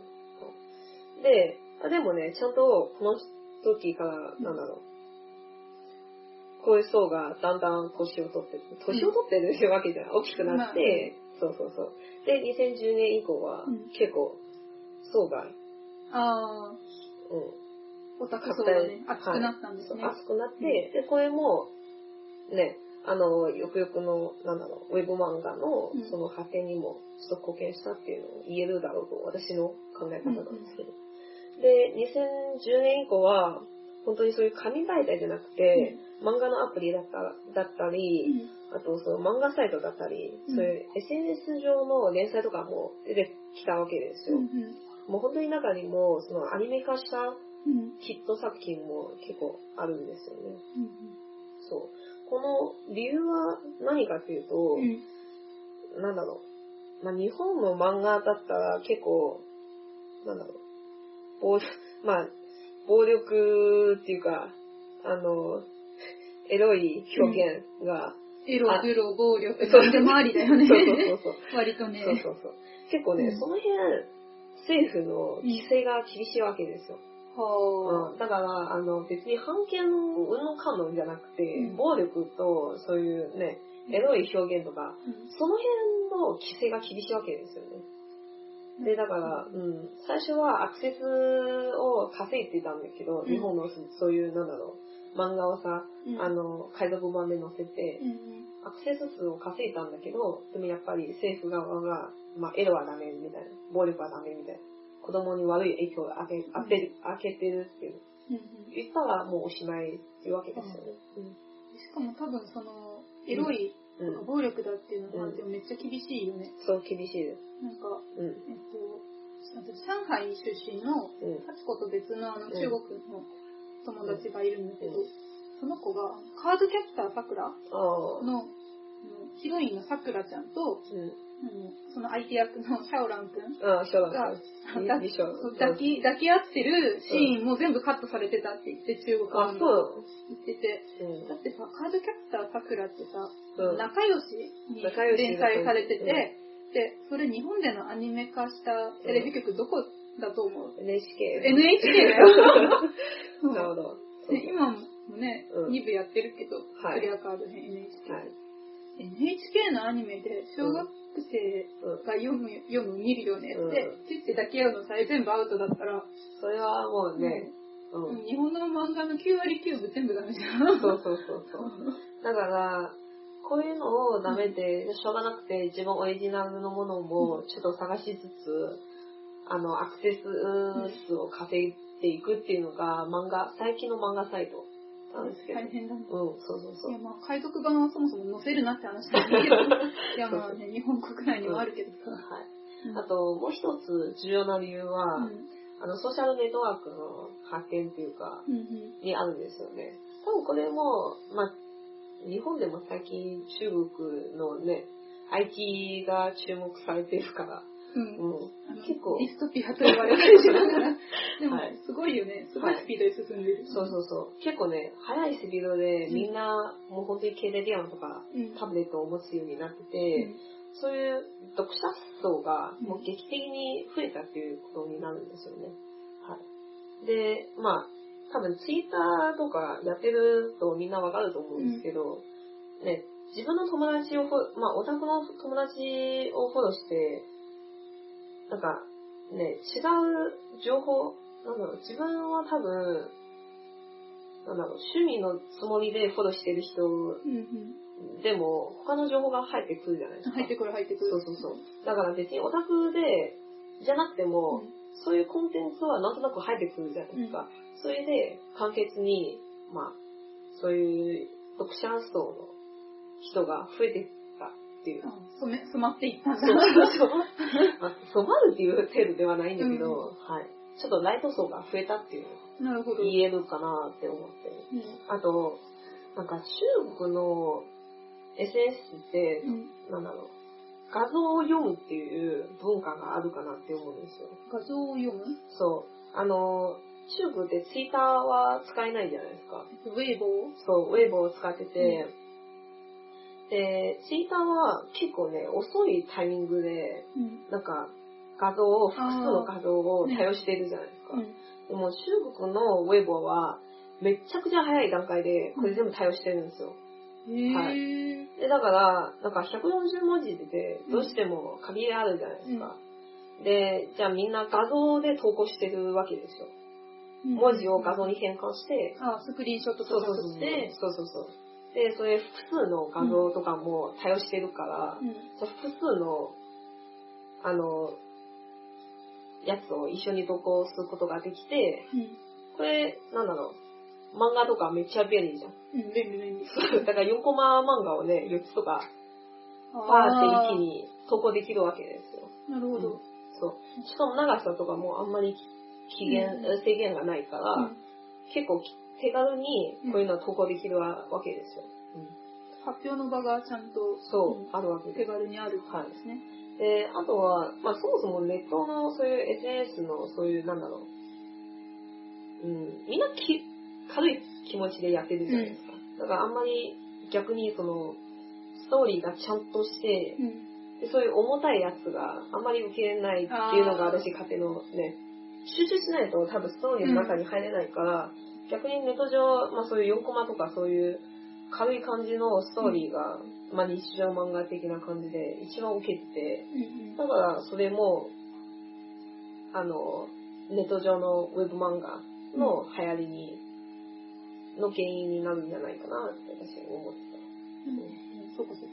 Speaker 2: はいで、あでもね、ちゃんとこの時から、なんだろう。こういう層がだんだん年を取って、年を取ってるわけじゃない。大きくなって、そうそうそう。で、2010年以降は
Speaker 1: うん
Speaker 2: 結構層が、うん、
Speaker 1: ああ、オタク層がね、熱くなったんですね。
Speaker 2: 熱くなって、で、これも、ね、あの、よくよくの、なんだろう、ウェブ漫画の
Speaker 1: うん
Speaker 2: その発展にも、ちょっと貢献したっていうのを言えるだろうと、私の考え方なんですけど。で、2010年以降は、本当にそういう紙媒体じゃなくて、漫画のアプリだっただった
Speaker 1: う
Speaker 2: り、
Speaker 1: ん
Speaker 2: あとその漫画サイトだったり、
Speaker 1: うん
Speaker 2: そういう SNS 上の連載とかも出てきたわけです
Speaker 1: う
Speaker 2: よ。
Speaker 1: ん
Speaker 2: もう本当に中にも、そのアニメ化した
Speaker 1: うんうん
Speaker 2: ヒット作品も結構あるんですよね。
Speaker 1: うん
Speaker 2: そう。この理由は何かっていうと、
Speaker 1: うんうん
Speaker 2: なんだろう。まあ、日本の漫画だったら結構、なんだろう。暴、 まあ、暴力っていうか、あの、エロい表現が、
Speaker 1: エロ、
Speaker 2: あ
Speaker 1: グロ、暴力、
Speaker 2: そう
Speaker 1: なんでもありだよ
Speaker 2: そう
Speaker 1: ね。
Speaker 2: そうそうそう。
Speaker 1: 割と ね。
Speaker 2: そうそうそう。結構ね、
Speaker 1: うん
Speaker 2: その辺、政府の規制が厳しいわけですよ。
Speaker 1: は
Speaker 2: うんだから、あの、別に反権の運の観論じゃなくて、
Speaker 1: うん
Speaker 2: 暴力と、そういうね、
Speaker 1: うん
Speaker 2: エロい表現とか、
Speaker 1: あ。うん
Speaker 2: その辺の規制が厳しいわけですよね。で、だから、うん、最初はアクセスを稼いでたんだけど、
Speaker 1: うん
Speaker 2: 日本のそそういう、なんだろう、漫画をさ、
Speaker 1: うん
Speaker 2: あ、の、海賊版で載せて
Speaker 1: う、んうん
Speaker 2: アクセス数を稼いだんだけど、でもやっぱり政府側が、まあ、エロはダメみたいな、暴力はダメみたいな、子供に悪い影響を与え、与える、開けてるっていう
Speaker 1: うんうん、
Speaker 2: 言ったらもうおしまいっていうわけですよね。
Speaker 1: しかも多分その、エロい
Speaker 2: うん。うん
Speaker 1: 暴力だっていうのは、でもめっちゃ厳しいよね。
Speaker 2: そう、厳しいです。
Speaker 1: なんか、
Speaker 2: うん。
Speaker 1: えっと、あと上海出身の、
Speaker 2: うん。
Speaker 1: ハチコと別のあの
Speaker 2: うん
Speaker 1: 中国の友達がいるんだけど
Speaker 2: うん、
Speaker 1: その子が、カードキャプターさくら
Speaker 2: ああ。
Speaker 1: の、あのヒロインのさくらちゃんと、
Speaker 2: うん。
Speaker 1: あのその相手役のシ ャオランくん
Speaker 2: ああ、そう
Speaker 1: が
Speaker 2: だね。
Speaker 1: 抱
Speaker 2: で
Speaker 1: き
Speaker 2: しょ。
Speaker 1: 抱き抱き合ってるシーンも全部カットされてたって言って中国
Speaker 2: あ、
Speaker 1: 版
Speaker 2: そ
Speaker 1: が
Speaker 2: う。
Speaker 1: 言ってて、
Speaker 2: うん
Speaker 1: だ。ってさ、カードキャプターさくらってさ、
Speaker 2: うん。
Speaker 1: 仲良しに
Speaker 2: 仲良し
Speaker 1: 連載されてて、
Speaker 2: うん
Speaker 1: で、それ日本でのアニメ化したテレビ局どこだと思う、
Speaker 2: NHK。
Speaker 1: NHK だよ
Speaker 2: な るほど。そう
Speaker 1: で今もね、
Speaker 2: うん
Speaker 1: 2部やってるけど、
Speaker 2: はい
Speaker 1: クリアカード編 NHK、
Speaker 2: はい。
Speaker 1: NHK のアニメで小学生
Speaker 2: うん。
Speaker 1: が読む、読む、見るよねって、
Speaker 2: うん
Speaker 1: キュッて抱き合うのさえ全部アウトだったら、
Speaker 2: それはもうね、う。
Speaker 1: うんん日本の漫画の9割9分全部ダメじゃん。
Speaker 2: そうそうそうそう。だから、こういうのを舐めて、しょうがなくて自分オリジナルのものもちょっと探しつつ、あの、アクセス数を稼いでいくっていうのが漫画、最近の漫画サイトなんですけど。
Speaker 1: 大変だね。
Speaker 2: うん、そうそうそ
Speaker 1: いうや。まあ海賊版はそもそも載せるなって話なんだ けど、いやまあね、日本国内にもあるけどさ。
Speaker 2: はい。
Speaker 1: うん
Speaker 2: あと、もう一つ重要な理由は、
Speaker 1: うん
Speaker 2: あの、ソーシャルネットワークの発展っていうか、
Speaker 1: うんうん
Speaker 2: にあるんですよね。多分これも、まあ、日本でも最近中国のね、IT が注目されてるから、
Speaker 1: うん
Speaker 2: うん。
Speaker 1: あの
Speaker 2: 結構
Speaker 1: ディストピアと呼ばれたりしなが ら、でも
Speaker 2: はい
Speaker 1: すごいよね、すごいスピードで進んでる。
Speaker 2: そうそうそう。結構ね、早いスピードでみんな、もう本当に携帯電話とか
Speaker 1: うん。
Speaker 2: タブレットを持つようになって
Speaker 1: う
Speaker 2: て、
Speaker 1: ん
Speaker 2: そういう読者層が
Speaker 1: うん
Speaker 2: もう劇的に増えたっていうことになるんですよね。はい。で、まあ、多分ツイッターとかやってるとみんなわかると思うんですけど、ね、自分の友達をフォ、まあ、オタクの友達をフォローして、なんか、ね、違う情報、なんだろう、自分は多分、なんだろう、趣味のつもりでフォローしてる人
Speaker 1: うん
Speaker 2: でも、他の情報が入ってくるじゃない
Speaker 1: う
Speaker 2: です
Speaker 1: ん。
Speaker 2: か。
Speaker 1: 入ってくる入ってくる。
Speaker 2: そうそうそう。だから別にオタクで、じゃなくても、
Speaker 1: うん
Speaker 2: そういうコンテンツはなんとなく入ってくるじゃないですか。それで、簡潔に、まあ、そういう読者層の人が増えていったっていう。
Speaker 1: あ染め染まっていったんだ。
Speaker 2: そうそうそう。まあ、染まるっていう程度ではないんだけど、
Speaker 1: うん
Speaker 2: はい。ちょっとライト層が増えたっていう
Speaker 1: なるほど。
Speaker 2: 言えるかなって思って。
Speaker 1: うん
Speaker 2: あと、なんか中国の SNS って
Speaker 1: うん
Speaker 2: なんだろう、画像を読むっていう文化があるかなって思うんですよ。
Speaker 1: 画像を読む
Speaker 2: そう。あの、中国ってツイッターは使えないじゃないですか。
Speaker 1: えっとウェイボー
Speaker 2: そう、ウェーブを使ってて、で、ツイッターは結構ね、遅いタイミングで、
Speaker 1: うん
Speaker 2: なんか、画像を、複数の画像を多用しているじゃないですか。
Speaker 1: うん
Speaker 2: でも中国のウェーブは、めちゃくちゃ早い段階で、これ全部多用してるんですよ。はい
Speaker 1: へえ。
Speaker 2: で、だから、なんか140文字でどうしても限りあるじゃないですか。で、じゃあみんな画像で投稿してるわけですよ。
Speaker 1: うん
Speaker 2: 文字を画像に変換して、
Speaker 1: あ、スクリーンショット
Speaker 2: そ
Speaker 1: と
Speaker 2: う
Speaker 1: か
Speaker 2: そうそう
Speaker 1: 撮って、
Speaker 2: そうそうそう。で、それ複数の画像とかも対応してるから、
Speaker 1: うん
Speaker 2: そう複数の、あの、やつを一緒に投稿することができて、これ、なんだろう、漫画とかめっちゃ便利じゃん。
Speaker 1: うん。うん、便利便利。
Speaker 2: だから4コマ漫画をね、4つとかバー
Speaker 1: あ
Speaker 2: って一気に投稿できるわけですよ。
Speaker 1: なるほど。
Speaker 2: そう。しかも長さとかもあんまり期限、
Speaker 1: う
Speaker 2: 制限がないから、
Speaker 1: うん
Speaker 2: 結構き手軽にこういうのは投稿できるわわけですよ。
Speaker 1: 発表の場がちゃんと
Speaker 2: そう、
Speaker 1: ん
Speaker 2: あるわけ
Speaker 1: 手
Speaker 2: で
Speaker 1: 軽にあるんですね。
Speaker 2: す。で、あとは、まあそもそもネットのそういう SNS のそういう、なんだろう。うん、みんなき軽い気持ちでやってるじゃないですか。だからあんまり逆にその、ストーリーがちゃんとして、
Speaker 1: うん
Speaker 2: でそういう重たいやつがあんまり受け入れないっていうのが
Speaker 1: あー
Speaker 2: 私勝手のね、集中しないと多分ストーリーの中に入れないから、逆にネット上、まあそういう4コマとかそういう軽い感じのストーリーが、まあ日常漫画的な感じで一番受けてて、
Speaker 1: うん
Speaker 2: だからそれも、あの、ネット上のウェブ漫画の流行りに、の原因になるんじゃないかなって私は思っ
Speaker 1: う
Speaker 2: て
Speaker 1: んそうかそう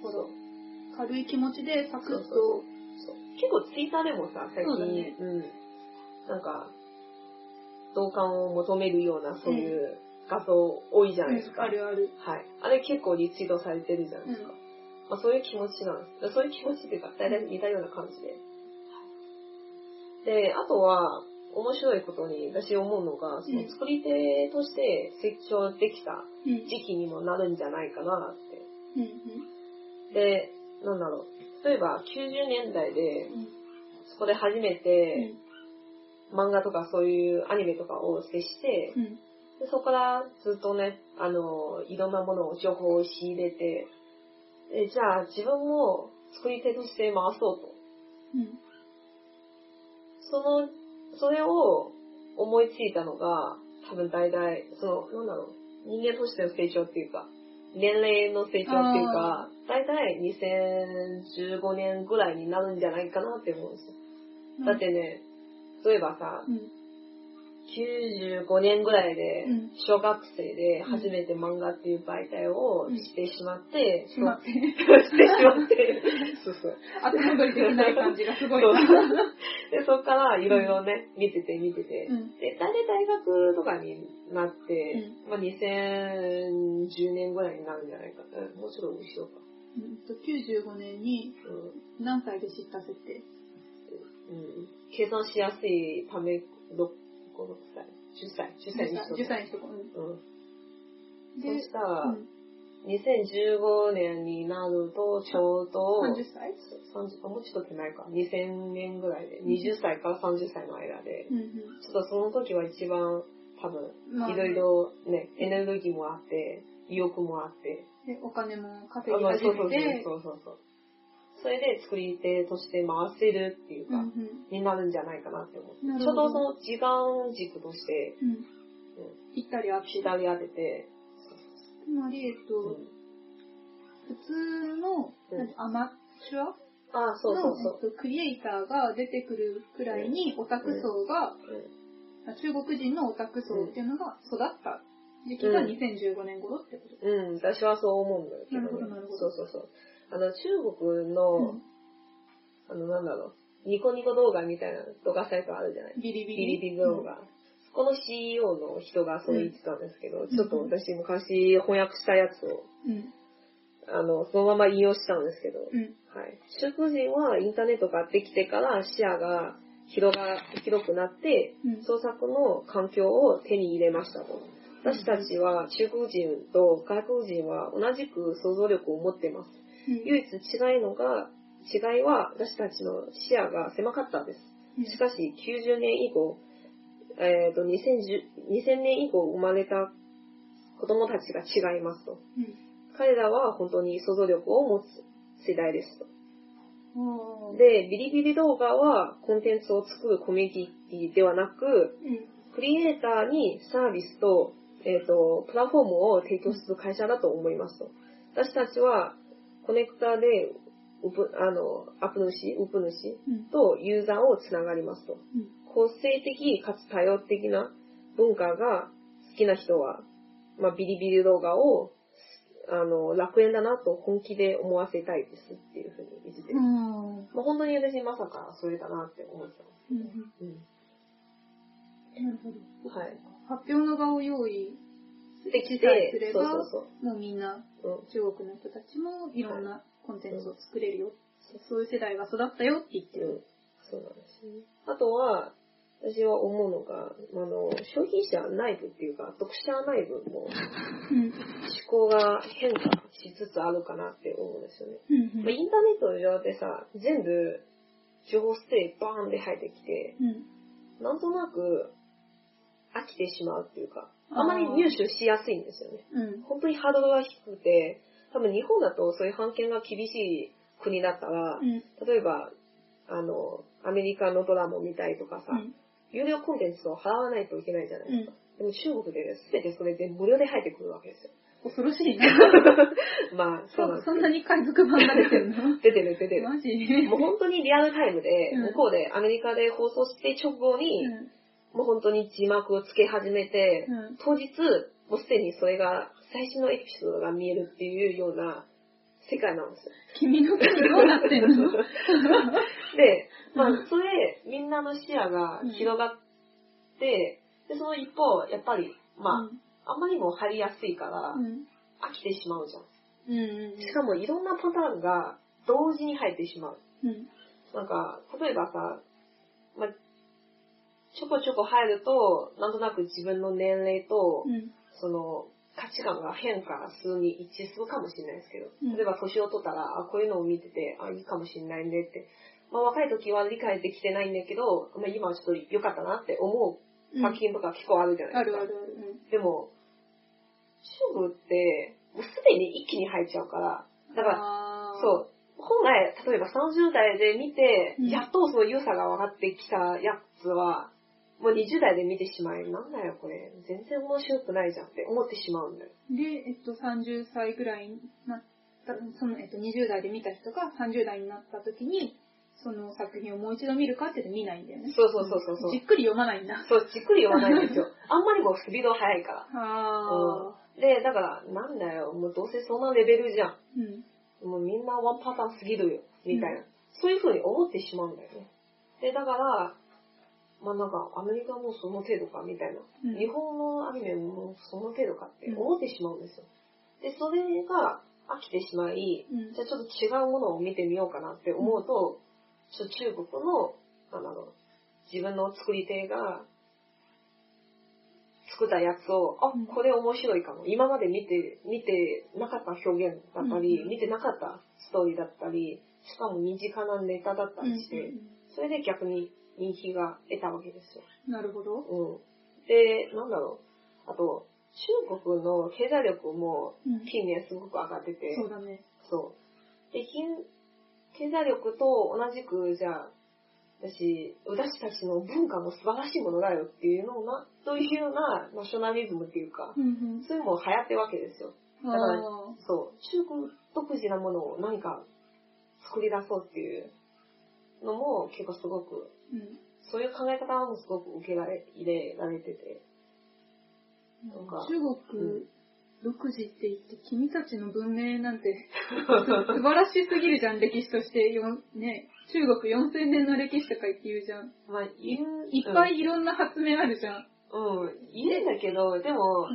Speaker 2: た。
Speaker 1: か。だから軽い気持ちでサク
Speaker 2: そう
Speaker 1: ッ
Speaker 2: そう
Speaker 1: と。
Speaker 2: そう結構ツイッターでもさ、最近、
Speaker 1: そうだね
Speaker 2: うん。なんか、同感を求めるような、そういう画像多いじゃないですか。
Speaker 1: あるある。
Speaker 2: はい。あれ結構リツイートされてるじゃないですか。
Speaker 1: う
Speaker 2: まあ、そういう気持ちなんです。そういう気持ちっていうか、大体似たような感じで。で、あとは、面白いことに私思うのが、その作り手として成長できた
Speaker 1: うん。
Speaker 2: 時期にもなるんじゃないかなっ
Speaker 1: うん。
Speaker 2: て。で、なんだろう。例えば90年代で、
Speaker 1: うん。
Speaker 2: そこで初めて漫画とかそういうアニメとかを接して、
Speaker 1: うん。
Speaker 2: でそこからずっとね、あの、いろんなものを、情報を仕入れて、でじゃあ自分も作り手として回そうと。
Speaker 1: うん。
Speaker 2: その、それを思いついたのが、多分大体、その、なんだろう、人間としての成長っていうか、年齢の成長っていうか、大体2015年ぐらいになるんじゃないかなって思うんですよ。だってね、例えばさ
Speaker 1: う、ん。
Speaker 2: 95年ぐらいで
Speaker 1: うん、
Speaker 2: 小学生で初めて漫画っていう媒体をしてしまって、
Speaker 1: しま
Speaker 2: っ
Speaker 1: って。
Speaker 2: てしてしまって、そう そう。
Speaker 1: 後戻りできない感じがすごい
Speaker 2: そう
Speaker 1: な。
Speaker 2: で、そっからいろいろね、見てて見てて、
Speaker 1: うん。
Speaker 2: で、大体大学とかになって、まあ2010年ぐらいになるんじゃないか。うんもうちょっと後ろか。
Speaker 1: うんと95年に何歳で知った設定
Speaker 2: うん。うん、計算しやすいため、6、5、6歳。10歳。10歳にしとこう
Speaker 1: ?10 歳にしとこう。
Speaker 2: うん。
Speaker 1: うん
Speaker 2: そしたら、
Speaker 1: うん
Speaker 2: 2015年になると、ちょうど、
Speaker 1: 30歳
Speaker 2: 30あもうちょっと手前か。2000年ぐらいで、20歳から30歳の間で、
Speaker 1: うん
Speaker 2: ちょっとその時は一番、多分、
Speaker 1: うん。まあ
Speaker 2: いろいろね、エネルギーもあって、意欲もあって、
Speaker 1: でお金も
Speaker 2: あ
Speaker 1: 稼ぎ
Speaker 2: そう
Speaker 1: 始
Speaker 2: そう
Speaker 1: めて
Speaker 2: そ、うそうそう。それで作り手として回せるっていう
Speaker 1: うん
Speaker 2: か、
Speaker 1: うん
Speaker 2: になるんじゃないかなって思
Speaker 1: な
Speaker 2: う。
Speaker 1: る
Speaker 2: ち
Speaker 1: ほ
Speaker 2: ょう
Speaker 1: ど
Speaker 2: どその時間軸として、
Speaker 1: うん行ったりあって
Speaker 2: ピタリ当てて、
Speaker 1: つまり、えっ
Speaker 2: う
Speaker 1: と、
Speaker 2: ん
Speaker 1: 普通の
Speaker 2: うん
Speaker 1: なんてアマチュア
Speaker 2: あ、そうそうそ
Speaker 1: のえっとクリエイターが出てくるくらいにオタク層が、
Speaker 2: う。うん
Speaker 1: 中国人のオタク層っていうのが育った時期が
Speaker 2: うん
Speaker 1: 2015年頃ってこと
Speaker 2: うん、私はそう思うんだけど、
Speaker 1: なるほどなるほど
Speaker 2: そうそうそう。あの、中国の、
Speaker 1: うん
Speaker 2: あの、なんだろう、ニコニコ動画みたいな動画サイトあるじゃない
Speaker 1: ビリビ
Speaker 2: ビ
Speaker 1: リ。
Speaker 2: リビリ動画。そこの CEO の人がそう言ってたんですけど、
Speaker 1: ん
Speaker 2: ちょっと私昔翻訳したやつを、
Speaker 1: うん。
Speaker 2: あの、そのまま引用したんですけど、
Speaker 1: うん。
Speaker 2: はい。中国人はインターネットができてから視野が広が、広くなって、
Speaker 1: うん
Speaker 2: 創作の環境を手に入れましたと。私たちは中国人と外国人は同じく想像力を持ってます。唯一違いのが、違いは私たちの視野が狭かったです。
Speaker 1: うん
Speaker 2: しかし90年以降、えーと 2010, 2000年以降生まれた子供たちが違いますと。
Speaker 1: うん
Speaker 2: 彼らは本当に想像力を持つ世代ですと。
Speaker 1: おー
Speaker 2: で、ビリビリ動画はコンテンツを作るコミュニティではなく、
Speaker 1: うん
Speaker 2: クリエイターにサービスと、えっ、と、プラットフォームを提供する会社だと思いますと。私たちは、コネクターで、ウプあの、アップ主、ウプ主
Speaker 1: うん
Speaker 2: とユーザーをつながりますと。
Speaker 1: うん
Speaker 2: 個性的かつ多様的な文化が好きな人は、まあ、ビリビリ動画を、あの、楽園だなと本気で思わせたいですっていうふうに言ってて、
Speaker 1: うん
Speaker 2: まあ、本当に私まさかそれだなって思ってた。
Speaker 1: うん
Speaker 2: うん。
Speaker 1: なるほど
Speaker 2: はい。
Speaker 1: 発表の場を用意
Speaker 2: でき
Speaker 1: さえす
Speaker 2: て
Speaker 1: れ、
Speaker 2: そ
Speaker 1: ば
Speaker 2: うそうそう。
Speaker 1: もうみんな
Speaker 2: うん、
Speaker 1: 中国の人たちもいろんなコンテンツを作れるよ、そういう世代が育ったよって言ってる、
Speaker 2: うん、そうなんですね。あとは、私は思うのが、あの、消費者内部っていうか、読者内部も思
Speaker 1: うん
Speaker 2: 考が変化しつつあるかなって思うんですよね。
Speaker 1: うん
Speaker 2: まあ、インターネットの上でさ、全部、情報ステイバーンで入ってきて、
Speaker 1: うん
Speaker 2: なんとなく飽きてしまうっていうか、
Speaker 1: あー
Speaker 2: あまり入手しやすいんですよね。
Speaker 1: うん
Speaker 2: 本当にハードルが低くて、多分日本だとそういう判権が厳しい国だったら、
Speaker 1: うん
Speaker 2: 例えば、あの、アメリカのドラマを見たいとかさ、有料コンテンツを払わないといけないじゃないですか。でも中国で全てそれで無料で入ってくるわけですよ。
Speaker 1: 恐ろしいな
Speaker 2: まあ、そうなん
Speaker 1: そ
Speaker 2: です
Speaker 1: そんなに海賊版が出てるの
Speaker 2: 出てる出てる。
Speaker 1: マジ
Speaker 2: もう本当にリアルタイムで、
Speaker 1: うん
Speaker 2: 向こうでアメリカで放送して直後に、もう本当に字幕をつけ始めて、
Speaker 1: うんうん
Speaker 2: 当日、もうすでにそれが、最新のエピソードが見えるっていうような世界なんですよ。
Speaker 1: 君の国どうなってんの
Speaker 2: で、まあ
Speaker 1: う、
Speaker 2: それ、みんなの視野が広がって、で、その一方、やっぱり、まあ、
Speaker 1: うん
Speaker 2: あんまりも貼りやすいから、
Speaker 1: うん。
Speaker 2: 飽きてしまうじゃん。
Speaker 1: うんうん
Speaker 2: しかもいろんなパターンが同時に入ってしまう。
Speaker 1: うん。うん。
Speaker 2: なんか、例えばさ、まあ、ちょこちょこ入ると、なんとなく自分の年齢と、
Speaker 1: うん。
Speaker 2: その、価値観が変化するに一致するかもしれないですけ
Speaker 1: うん
Speaker 2: ど、例えば年を取ったら、あ、こういうのを見てて、あ、いいかもしれないねって。まあ、若い時は理解できてないんだけど、まあ、今はちょっと良かったなって思う作品とか結構あるじゃな
Speaker 1: あ
Speaker 2: いで
Speaker 1: る
Speaker 2: すか。
Speaker 1: あるある。
Speaker 2: でも、勝負って、もうすでに一気に入っちゃうから、
Speaker 1: うん。
Speaker 2: だから、
Speaker 1: ら
Speaker 2: そう、本来、例えば30代で見て、
Speaker 1: うん
Speaker 2: やっとその良さが分かってきたやつは、もう20代で見てしまい、なんだよこれ、全然面白くないじゃんって思ってしまうんだよ。
Speaker 1: う。で、えっと、30歳ぐらいになった、その、えっと、20代で見た人が30代になった時に、その作品をもう一度見るかって言って見ないんだよね。
Speaker 2: そうそうそうそうそうん
Speaker 1: じっくり読まないんだ。
Speaker 2: そう、じっくり言わないんですよ。あんまりもうスピード速いから。
Speaker 1: ああ。
Speaker 2: で、だから、なんだよ、もうどうせそんなレベルじゃ
Speaker 1: うん。
Speaker 2: ん。もうみんなワンパターンすぎるよ、みたいな。そういう風に思ってしまうんだよね。で、だから、まあなんか、アメリカもその程度か、みたいな。
Speaker 1: うん
Speaker 2: 日本のアニメもその程度かって思ってしまうんですよ。で、それが飽きてしまい、
Speaker 1: うん
Speaker 2: じゃあちょっと違うものを見てみようかなって思うと、ちょっと中国の、あの、自分の作り手が作ったやつを、あ
Speaker 1: うん、
Speaker 2: これ面白いかも。今まで見て、見てなかった表現だったり、
Speaker 1: うん
Speaker 2: 見てなかったストーリーだったり、しかも身近なネタだったりして、
Speaker 1: うん
Speaker 2: それで逆に人気が得たわけですよ。
Speaker 1: なるほど。
Speaker 2: うん。で、なんだろう。あと、中国の経済力も
Speaker 1: うん
Speaker 2: 近年すごく上がってて、
Speaker 1: そうだね。
Speaker 2: そう。で、金、経済力と同じく、じゃあ、私、私たちの文化も素晴らしいものだよっていうのをな、というようなナショナリズムっていうか、
Speaker 1: うん
Speaker 2: そういうのも流行ってるわけですよ。
Speaker 1: うん。
Speaker 2: だから
Speaker 1: ああ。
Speaker 2: そう、中国独自なものを何か作り出そうっていうのも結構すごく
Speaker 1: うん。
Speaker 2: そういう考え方もすごく受けられ入れられ てて。なんか
Speaker 1: 中
Speaker 2: う
Speaker 1: 国独自って言って、君たちの文明なんて素晴らしすぎるじゃん、歴史として。よね、中国4000年の歴史とか言って言うじゃん。
Speaker 2: まあ、言う
Speaker 1: いっぱ。いいろんな発明あるじゃん。
Speaker 2: うん、うん言うんだけど、でも、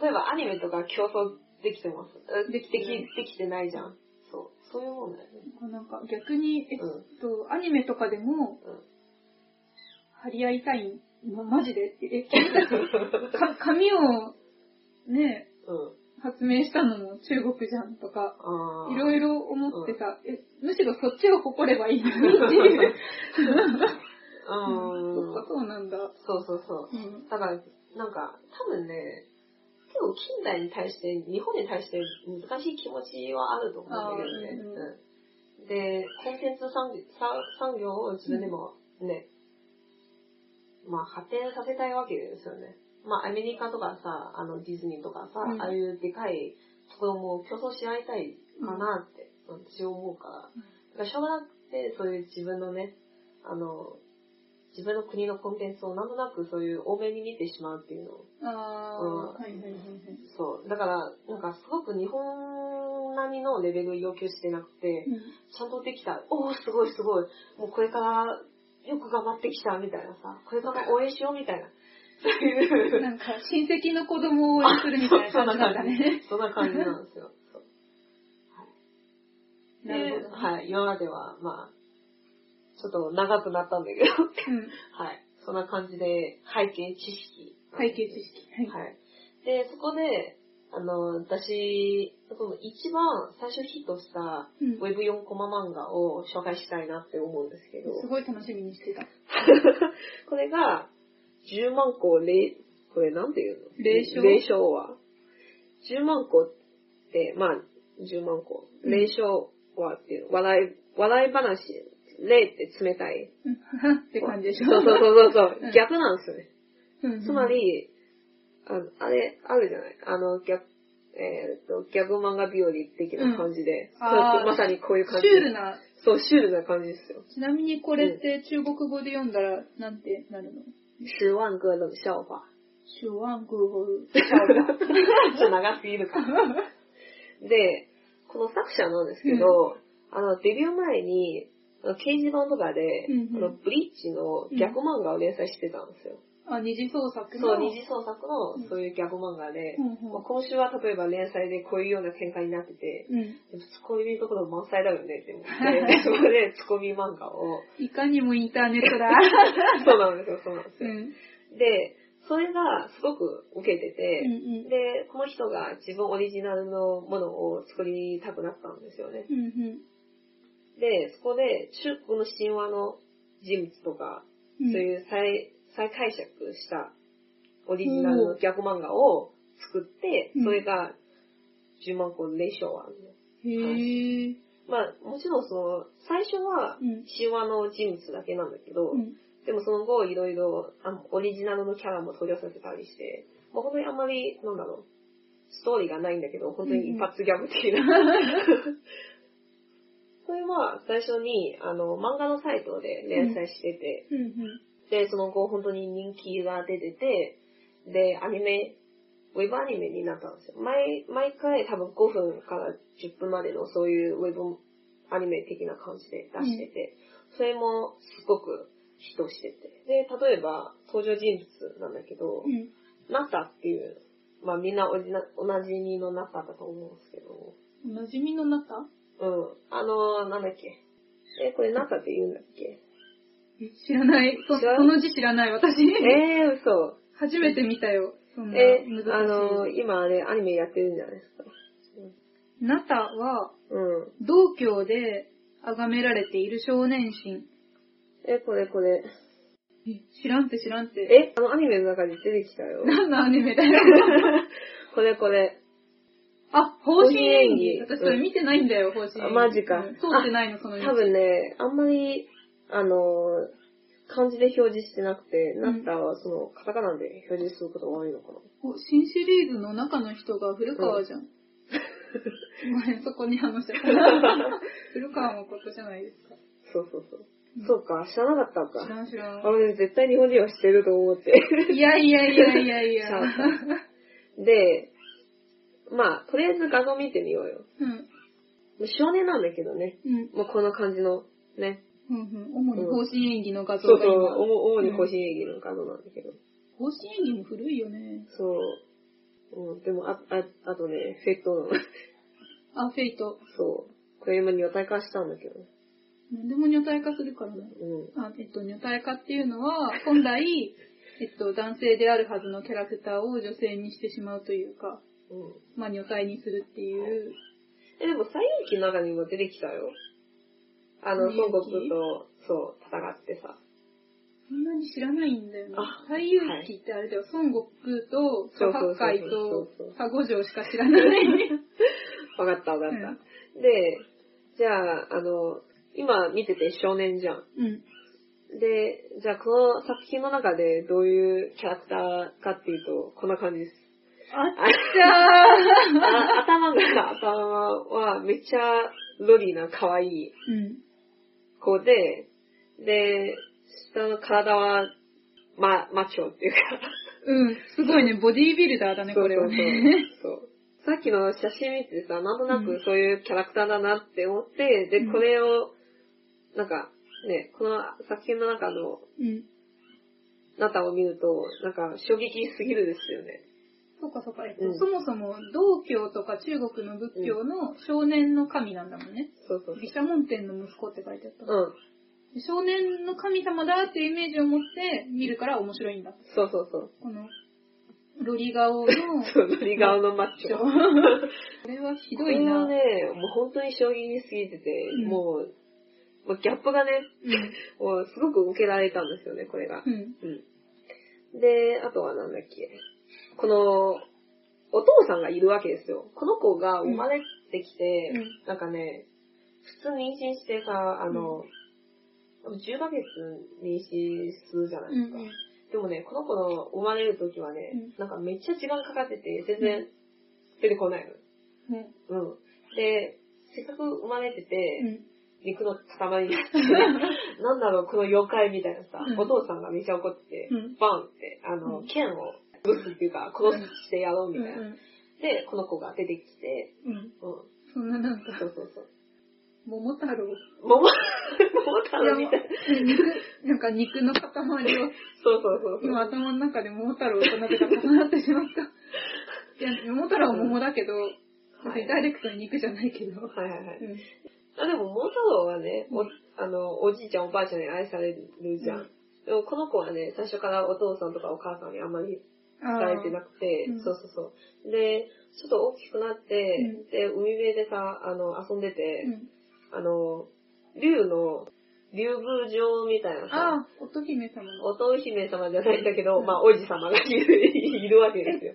Speaker 2: 例えばアニメとか競争できてます。え
Speaker 1: できてない
Speaker 2: できできてないじゃん。そう。そういうもんだよね。
Speaker 1: うんなんか逆に、えっ
Speaker 2: うん。
Speaker 1: と、アニメとかでも
Speaker 2: う
Speaker 1: 張
Speaker 2: ん、
Speaker 1: り合いたいの、マジでって。え、君た ち、か紙をね、
Speaker 2: うん。
Speaker 1: 発明したのも中国じゃんとか、
Speaker 2: あー
Speaker 1: いろいろ思ってた、え、むしろそっちを誇ればい いのにっていう。
Speaker 2: う
Speaker 1: そっ
Speaker 2: ん
Speaker 1: か、。そうなんだ。
Speaker 2: そうそうそう。
Speaker 1: うん。
Speaker 2: だから、なんか、多分ね、結構近代に対して、日本に対して難しい気持ちはあると思うんだけどね。
Speaker 1: あーうんうん
Speaker 2: うんで、コンテンツ産業産産業を自分でもね、まあ発展させたいわけですよね。まあアメリカとかさ、あのディズニーとかさ、
Speaker 1: うん
Speaker 2: ああいうでかいところも競争し合いたいかなって、私思うから。だからしょうがなくて、そういう自分のね、あの、自分の国のコンテンツをなんとなくそういう多めに見てしまうっていうのを。
Speaker 1: あー、は
Speaker 2: うん
Speaker 1: いはいはいはい。
Speaker 2: そう。だから、なんかすごく日本並みのレベルを要求してなくて、ちゃんとできた。おお、すごいすごい。もうこれからよく頑張ってきたみたいなさ、これから応援しようみたいな。そうい う
Speaker 1: うん、なんか、親戚の子供を応援するみたいな感じなんだね。
Speaker 2: そんな感じなんですよ。そう
Speaker 1: なるほど。
Speaker 2: はい。今までは、まあ、ちょっと長くなったんだけど、
Speaker 1: うん。
Speaker 2: はい。そんな感じで、背景知識。
Speaker 1: 背景知識。はい。
Speaker 2: はい。で、そこで、あの、私、その一番最初ヒットした
Speaker 1: うん、
Speaker 2: Web4 コマ漫画を紹介したいなって思うんですけど、
Speaker 1: すごい楽しみにしてた。
Speaker 2: これが、10万個霊、これなんていうの
Speaker 1: 霊障
Speaker 2: 霊障は。10万個って、まあ、10万個。
Speaker 1: うん
Speaker 2: 霊障はっていう、笑い、笑い話、霊って冷たい。
Speaker 1: うんはは って感じでしょ。
Speaker 2: そうそうそうそう
Speaker 1: う
Speaker 2: そ
Speaker 1: ん
Speaker 2: う。逆なんですよね。
Speaker 1: うんうん
Speaker 2: つま、り、あのあれ、あるじゃないあの、ギャえーっと、ギャグ漫画日和的な感じで、
Speaker 1: うんあー
Speaker 2: まさにこういう感
Speaker 1: シ
Speaker 2: じ。
Speaker 1: ュールな、
Speaker 2: そう、シュールな感じですよ。
Speaker 1: ちなみにこれって中国語で読んだらなんてなるの
Speaker 2: 十万个冷笑話。
Speaker 1: 手腕グーホル。
Speaker 2: ちょっと長すぎる か。で、この作者なんですけど、あの、デビュー前に、あの掲示板とかで、
Speaker 1: うんうん
Speaker 2: あのブリッジの逆漫画を連載してたんですよ。
Speaker 1: あ、二次創作の。
Speaker 2: そう、二次創作のそういうギャグ漫画で、
Speaker 1: うんうん
Speaker 2: まあ今週は例えば連載でこういうような展開になってて、
Speaker 1: うん。
Speaker 2: でもツッコミのところ満載だよねって思って、 でそこでツッコミ漫画を、
Speaker 1: いかにもインターネットだ。
Speaker 2: そうなんです よ、そうなんです
Speaker 1: うん。
Speaker 2: よ。
Speaker 1: うん
Speaker 2: で、それがすごく受けて
Speaker 1: う
Speaker 2: て、
Speaker 1: ん。
Speaker 2: で、この人が自分オリジナルのものを作りたくなったんですよね。
Speaker 1: うんうん。
Speaker 2: で、そこで中国の神話の人物とか、
Speaker 1: う
Speaker 2: そう
Speaker 1: う
Speaker 2: いう再再解釈したオリジナルの逆漫画を作って
Speaker 1: う、ん
Speaker 2: それが10万個レショあるの。
Speaker 1: へえ。
Speaker 2: まあ、もちろんその、最初は
Speaker 1: うん
Speaker 2: 神話の人物だけなんだけど、
Speaker 1: うん。
Speaker 2: でもその後いろいろあのオリジナルのキャラも登場させたりして、もう本当にあんまり、なんだろう、ストーリーがないんだけど、本当に一発ギャグ的 な。それは最初にあの漫画のサイトで連載してて、
Speaker 1: うん
Speaker 2: で、その後本当に人気が出てて、で、アニメ、ウェブアニメになったんですよ。毎、毎回多分5分から10分までのそういうウェブアニメ的な感じで出してて、それもすごくヒットしてて。で、例えば登場人物なんだけど、
Speaker 1: うん。
Speaker 2: ナタっていう、まあみんなおじなおなじみのナタだと思うんですけど、
Speaker 1: うん。おなじみの中
Speaker 2: うん。あのなんだっけ。え、これナタって言うんだっけ
Speaker 1: え知らない。そ
Speaker 2: 知らない
Speaker 1: その字知らない、私。
Speaker 2: えー、嘘。
Speaker 1: 初めて見たよ。そんな
Speaker 2: え
Speaker 1: 難し、い。
Speaker 2: あの、今あれアニメやってるんじゃないですか。
Speaker 1: ナタは、
Speaker 2: うん。
Speaker 1: 道教で崇められている少年神。
Speaker 2: え、これこれ。
Speaker 1: え知らんて知らんて。
Speaker 2: え、あのアニメの中で出てきたよ。
Speaker 1: 何のアニメだよ。
Speaker 2: これこれ。
Speaker 1: あ、方針演技。
Speaker 2: 方針演技
Speaker 1: 私それ見てないんだよ、方針演技。
Speaker 2: あマジか
Speaker 1: うん通ってないの、その
Speaker 2: 多分ね、あんまり、あの、漢字で表示してなくて、
Speaker 1: う
Speaker 2: ナ
Speaker 1: ん
Speaker 2: ッタはその、カタカナで表示することが多いのかな。
Speaker 1: お新シリーズの中の人が古川じゃん。ごめん、そこに話し ちゃった。古川のことじゃないですか。
Speaker 2: そうそうそう。
Speaker 1: うん
Speaker 2: そうか、知らなかった
Speaker 1: 知
Speaker 2: のか。
Speaker 1: らん知ら
Speaker 2: あ
Speaker 1: ん。
Speaker 2: 俺絶対日本人は知ってると思って。
Speaker 1: いやいやいやいやいや
Speaker 2: 知。らなかったで、まあ、とりあえず画像見てみようよ。
Speaker 1: うん。
Speaker 2: もう少年なんだけどね。
Speaker 1: うん。
Speaker 2: もうこの感じの、ね。
Speaker 1: うんうん。主に方針演技の画像
Speaker 2: そう
Speaker 1: が
Speaker 2: そう、
Speaker 1: 今。
Speaker 2: おも主に
Speaker 1: 方
Speaker 2: 個
Speaker 1: 針
Speaker 2: 人演技の画像なんだけど。
Speaker 1: 演技も古いよね。
Speaker 2: そう。うん、でも、あ、あ、あとね、フェットの、
Speaker 1: あ、フェイト。
Speaker 2: そう。これ今、女体化したんだけどね。
Speaker 1: 何でも女体化するからね。
Speaker 2: う
Speaker 1: あえっと、女体化っていうの は、本来、えっと、男性であるはずのキャラクターを女性にしてしまうというか、
Speaker 2: ん。うん。
Speaker 1: まあ、女体にするっていう。
Speaker 2: え、でも、西遊記の中にも出てきたよ。あの、
Speaker 1: 西遊記
Speaker 2: 孫悟空と、そう、戦ってさ。
Speaker 1: そんなに知らないんだよね
Speaker 2: あ。
Speaker 1: 太遊記ってあれだよ、孫悟空と、
Speaker 2: そう
Speaker 1: 左八
Speaker 2: そうそうそう
Speaker 1: 海と
Speaker 2: そうそう、
Speaker 1: 左五条しか知ら ない。
Speaker 2: わかったわかった。で、じゃあ、あの、今見てて少年じゃん。
Speaker 1: うん。
Speaker 2: で、じゃあこの作品の中でどういうキャラクターかっていうと、こんな感じです。
Speaker 1: あっちゃー
Speaker 2: あ頭が、頭はめっちゃロリーな可愛い
Speaker 1: うん。
Speaker 2: 子で、で、下の体は、ま、マッチョっていうか。
Speaker 1: うん、すごいね、ボディービルダーだね、これはね。
Speaker 2: そうそうそう。さっきの写真見てさ、なんとな
Speaker 1: う
Speaker 2: くそういうキャラクターだなって思って、
Speaker 1: う
Speaker 2: で、
Speaker 1: ん
Speaker 2: これを、なんか、ね、この作品の中の、
Speaker 1: うん。
Speaker 2: ナタを見ると、なんか、衝撃すぎるですよね。
Speaker 1: そうかそうか、えっ
Speaker 2: うん
Speaker 1: と、そもそも道教とか中国の仏教の少年の神なんだもんね。
Speaker 2: そうそう
Speaker 1: 毘沙門天の息子って書いてあった。
Speaker 2: そう。うん。
Speaker 1: 少年の神様だっていうイメージを持って見るから面白いんだ。
Speaker 2: そうそうそう。
Speaker 1: この、ロリ顔の、
Speaker 2: そう、ロリ顔のマッチ ョ。
Speaker 1: これはひ
Speaker 2: こ
Speaker 1: どい
Speaker 2: れは
Speaker 1: な。
Speaker 2: ね、もう本当に衝撃すぎてて、
Speaker 1: うん
Speaker 2: もう、もうギャップがね、
Speaker 1: うん。
Speaker 2: もうすごく受けられたんですよね、これが
Speaker 1: う。ん。
Speaker 2: うん。で、あとはなんだっけ。この、お父さんがいるわけですよ。この子が生まれてきて、
Speaker 1: うん
Speaker 2: なんかね、普通妊娠してさ、あの、10ヶ月妊娠するじゃないですか。
Speaker 1: うんうん
Speaker 2: でもね、この子の生まれる時はね、
Speaker 1: うん
Speaker 2: なんかめっちゃ時間かかってて、全然出てこないの。
Speaker 1: ね
Speaker 2: うん。で、せっかく生まれてて、
Speaker 1: うん。
Speaker 2: 肉の 塊になって、なんだろう、この妖怪みたいなさ、
Speaker 1: うん
Speaker 2: お父さんがめちゃ怒ってて、
Speaker 1: うん
Speaker 2: バンって、あの、
Speaker 1: うん
Speaker 2: 剣をぶすっていうか、殺してやろう
Speaker 1: う
Speaker 2: み
Speaker 1: ん
Speaker 2: たいな。で、この子が出てきて、
Speaker 1: うん。
Speaker 2: うん、
Speaker 1: そんななんか、
Speaker 2: そうそうそう。
Speaker 1: 桃太郎。
Speaker 2: 桃、桃太郎みたいな。
Speaker 1: 肉、なんか肉の塊を、
Speaker 2: そうそうそうそう。
Speaker 1: 今頭の中で桃太郎となぜか重なってしまった。いや、桃太郎は桃だけど、別
Speaker 2: はい
Speaker 1: にダイレクトに肉じゃないけど。
Speaker 2: はいはいはい。
Speaker 1: うん
Speaker 2: あ、でも、桃太郎はね、お
Speaker 1: うん
Speaker 2: あの、おじいちゃんおばあちゃんに愛されるじゃん。
Speaker 1: うん
Speaker 2: でも、この子はね、最初からお父さんとかお母さんにあんまり
Speaker 1: あ
Speaker 2: 伝
Speaker 1: ー
Speaker 2: えてなくて、
Speaker 1: うん
Speaker 2: そうそうそう。で、ちょっと大きくなって、
Speaker 1: う
Speaker 2: で、海辺でさ、あの、遊んでて、
Speaker 1: うん
Speaker 2: あの、竜の、竜宮城みたいなさ、
Speaker 1: あー、乙姫様の。
Speaker 2: 乙姫様じゃないんだけど、
Speaker 1: うん
Speaker 2: まあ、王子様がいるいるわけで すよ。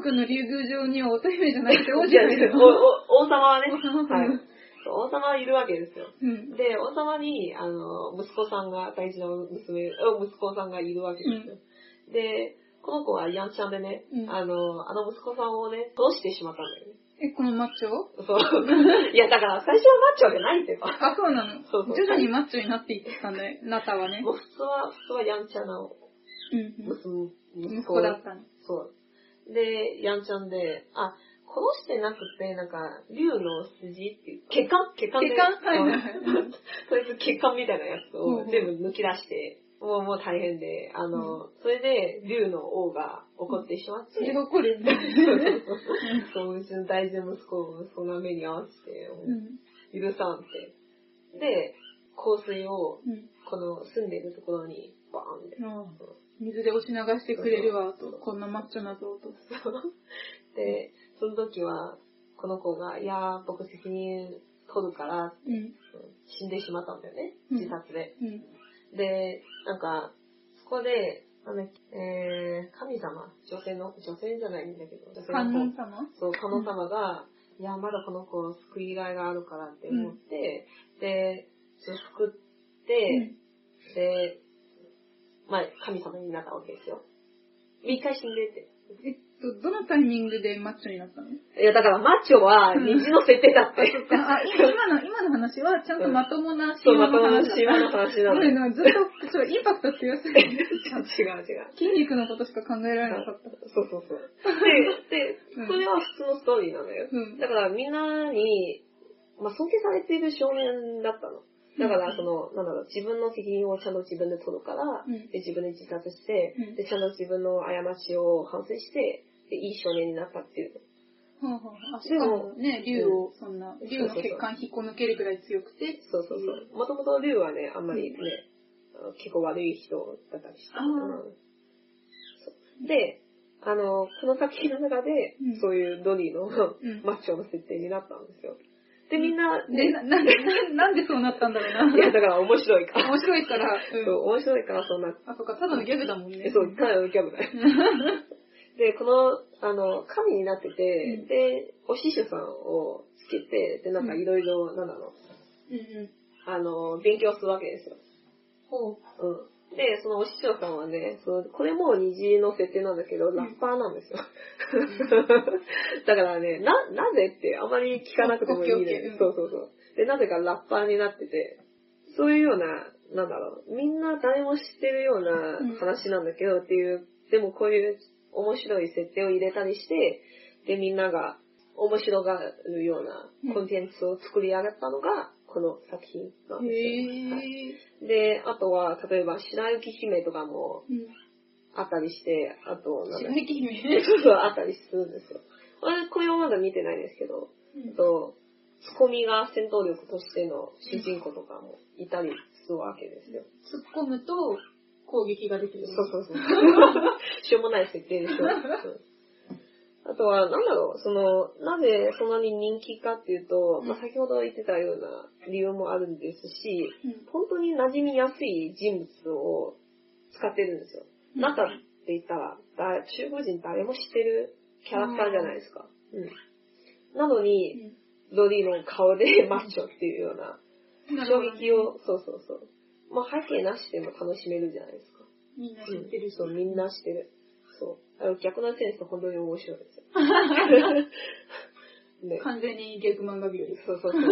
Speaker 1: 中国の竜宮城には乙姫じゃなくて王子
Speaker 2: じゃ
Speaker 1: が
Speaker 2: あ
Speaker 1: いるの。
Speaker 2: おお王様 はね、
Speaker 1: 王様
Speaker 2: は
Speaker 1: はい
Speaker 2: い。王様はいるわけですよ。
Speaker 1: うん。
Speaker 2: で、王様に、あの、息子さんが、大事な娘、あ息子さんがいるわけですよ。で、この子はヤンシャンでね、
Speaker 1: うん
Speaker 2: あの、あの息子さんをね、殺してしまったんだよね。
Speaker 1: え、このマッチョ
Speaker 2: そう。いや、だから最初はマッチョじゃないんですよ。
Speaker 1: あ、そうなの。
Speaker 2: そうそう
Speaker 1: 徐々にマッチョになっていってたんだよ、ナタはね
Speaker 2: も。う普通は、普通はヤンチャな
Speaker 1: うんうん
Speaker 2: 娘、
Speaker 1: 息
Speaker 2: 息
Speaker 1: 子
Speaker 2: 子
Speaker 1: だったの。
Speaker 2: そう。で、ヤンチャンで、あ、殺してなくて、なんか、竜の筋っていう、血管血管で
Speaker 1: 血管はいはいはい
Speaker 2: うん とりあえず血管みたいなやつ
Speaker 1: うんう
Speaker 2: を
Speaker 1: ん
Speaker 2: 全部抜き出して、もうもう大変で、あの、それで竜の王が怒ってしまって、
Speaker 1: それが怒るよね。
Speaker 2: そうそう そう。そう、うちの大事な息子を息子の目に合わせて、
Speaker 1: うん。
Speaker 2: 許さんって。で、香水を、
Speaker 1: うん。
Speaker 2: この住んでいるところに、バーンみたいな。
Speaker 1: ああ水で押し流してくれるわ、と。こんなマッチョなぞ、と。
Speaker 2: で、その時は、この子が、いやー、僕責任取るから、
Speaker 1: うん。
Speaker 2: 死んでしまったんだよね。
Speaker 1: うん
Speaker 2: 自殺で。
Speaker 1: うん。
Speaker 2: で、なんか、そこで、なんだっけえー、神様、女性の、女性じゃないんだけど、女性
Speaker 1: 観
Speaker 2: の
Speaker 1: 音
Speaker 2: 方、
Speaker 1: 様
Speaker 2: そう、観音様が、いや、まだこの子を救いがいがあるからって思って、で、ちょっと救って、で、まあ、神様になったわけですよ。一回死んでって。
Speaker 1: えっと、どのタイミングでマッチョになったの
Speaker 2: いや、だからマッチョは虹の設定だっ て。
Speaker 1: あ、い今の、今の話は、ちゃんとまともな
Speaker 2: そ
Speaker 1: 神
Speaker 2: う、
Speaker 1: 話
Speaker 2: まと
Speaker 1: の
Speaker 2: も
Speaker 1: 話
Speaker 2: な
Speaker 1: だった。
Speaker 2: 神話の話な
Speaker 1: ご
Speaker 2: の。
Speaker 1: め
Speaker 2: 違
Speaker 1: んなずっと、ちょっとインパクト強すぎて、
Speaker 2: う違う。
Speaker 1: 筋肉のことしか考えられなかった。
Speaker 2: そうそう そう。で、で
Speaker 1: うん、
Speaker 2: それは普通のストーリーなのよ。
Speaker 1: うん
Speaker 2: だからみんなに、まあ、尊敬されている少年だったの。だから、その、なんだろう、自分の責任をちゃんと自分で取るから、
Speaker 1: うん
Speaker 2: で自分で自殺して、
Speaker 1: うん
Speaker 2: で、ちゃんと自分の過ちを反省して、で、いい少年になったっていう。
Speaker 1: はあはあ、あし
Speaker 2: で
Speaker 1: か
Speaker 2: も
Speaker 1: もね、竜を、そんな、竜の
Speaker 2: そうそうそう
Speaker 1: 血管引っこ抜けるくらい強くて、
Speaker 2: そうそうそう。もともと竜はね、あんまりね、あの結構悪い人だったりして。
Speaker 1: あー
Speaker 2: うんそうで、あの、この作品の中で、
Speaker 1: うん
Speaker 2: そういうドニーの、
Speaker 1: ん
Speaker 2: マッチョの設定になったんですよ。で、みんな、
Speaker 1: で、ななんで、なんでそうなったんだろう
Speaker 2: いや、
Speaker 1: な。
Speaker 2: だから面白いから。
Speaker 1: 面白いから、うん
Speaker 2: そう、面白いからそうなって。
Speaker 1: あ、そうか、ただのギャグだもんね。
Speaker 2: そう、ただのギャ グだよ。で、この、あの、神になってて、
Speaker 1: うん
Speaker 2: で、お師匠さんをつけて、で、なんかいろいろ、なんだろう、
Speaker 1: うんうん。
Speaker 2: あの、勉強するわけですよ。
Speaker 1: ほ
Speaker 2: うん。で、そのお師匠さんはね、そのこれも虹の設定なんだけど、ラッパーなんですよ。 だからね、な、なぜってあまり聞かなくてもいいの
Speaker 1: オッケーオッケーう
Speaker 2: よ
Speaker 1: ん
Speaker 2: そうそうそう。で、なぜかラッパーになってて、そういうような、なんだろう、みんな誰も知ってるよう
Speaker 1: うん
Speaker 2: な話なんだけどっていう、でもこういう面白い設定を入れたりして、で、みんなが面白がるようなコンテンツを作り上がったのが、この作品な
Speaker 1: う。
Speaker 2: ん
Speaker 1: へ
Speaker 2: ですよ。はい
Speaker 1: ぇ
Speaker 2: で、あとは、例えば、白雪姫とかもあったりして、あと、なんだ
Speaker 1: 白雪姫。
Speaker 2: そうそう、あったりするんですよ。私、これはまだ見てないんですけど、
Speaker 1: うん
Speaker 2: あと、ツッコミが戦闘力としての主人公とかもいたりするわけですよ。
Speaker 1: 突っ込むと攻撃ができる。
Speaker 2: そうそうそう。 しょうもない設定でし ょ。うんあとは、なんだろう、その、なぜそんなに人気かっていうと、まあ、先ほど言ってたような理由もあるんですし、
Speaker 1: うん。
Speaker 2: 本当に馴染みやすい人物を使ってるんですよ。
Speaker 1: うん
Speaker 2: 中って言ったら、だ中国人誰も知ってるキャラクターじゃないですか。うん。なのに、ドリーの顔でマッチョっていうような
Speaker 1: なる
Speaker 2: 衝
Speaker 1: ほどね
Speaker 2: 撃。を、そうそうそう。まあ背景なしでも楽しめるじゃないですか。
Speaker 1: みんな知ってる人。
Speaker 2: そう、みんな知ってる。そう。あの逆のセンス本当に面白いですよ。 ね
Speaker 1: 完全にギャグ漫画日和。
Speaker 2: そうそうそう。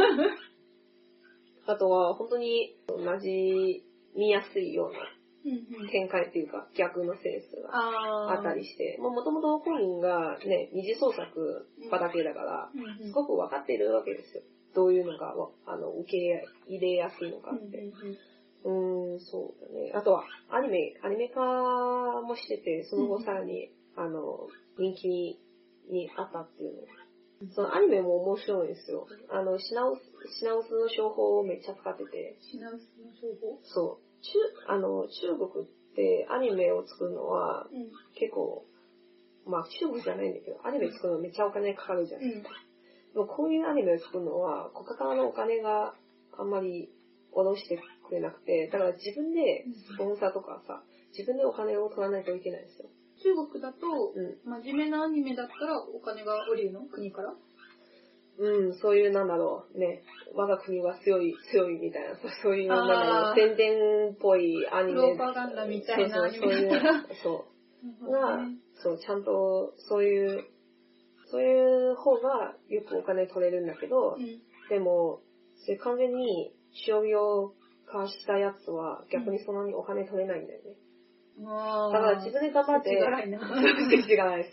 Speaker 2: あとは、本当に、馴染みやすいような
Speaker 1: うんうん。
Speaker 2: 展開っていうか逆のセンスが
Speaker 1: あ
Speaker 2: あったり。して、もともと本人がね、二次創作場だけだから、
Speaker 1: うんうん。
Speaker 2: すごく分かってるわけですよ。どういうのが、わあの、受け入れやすいのかって。うーん、そうだね。あとは、アニメ、アニメ化もしてて、その後さらに、あの、人気にあったっていうの。そのアニメも面白いんですよ。あの、品薄、品薄の商法をめっちゃ使ってて、
Speaker 1: 品薄の情報
Speaker 2: そう、中、あの、中国ってアニメを作るのは
Speaker 1: うん。
Speaker 2: 結構、まあ中国じゃないんだけど、アニメ作るのめっちゃお金かかるじゃん。
Speaker 1: うん。
Speaker 2: でもこういうアニメを作るのは、ここからのお金があんまり下ろしてくれなくて、だから自分でスポンサーとかさ、自分でお金を取らないといけないんですよ。
Speaker 1: 中国だと、
Speaker 2: う
Speaker 1: 真面目なアニメだったらお金が降りるの国から
Speaker 2: ん。うん、そういうなんだろう、ね、我が国は強い、強いみたいなさ、そういうなんだ
Speaker 1: あー
Speaker 2: ろう、宣伝っぽいアニメ。
Speaker 1: プロパガンダみたいなアニメだったら
Speaker 2: そうそうそういう、そう、が、そう、ちゃんと、そういう、そういう方がよくお金取れるんだけど、
Speaker 1: うん。
Speaker 2: でも、それ完全に商業化したやつは逆にそんなにお金取れないんだよね。
Speaker 1: あ
Speaker 2: だ
Speaker 1: ー
Speaker 2: から自分で頑張って、
Speaker 1: 口辛いな。
Speaker 2: 口がないで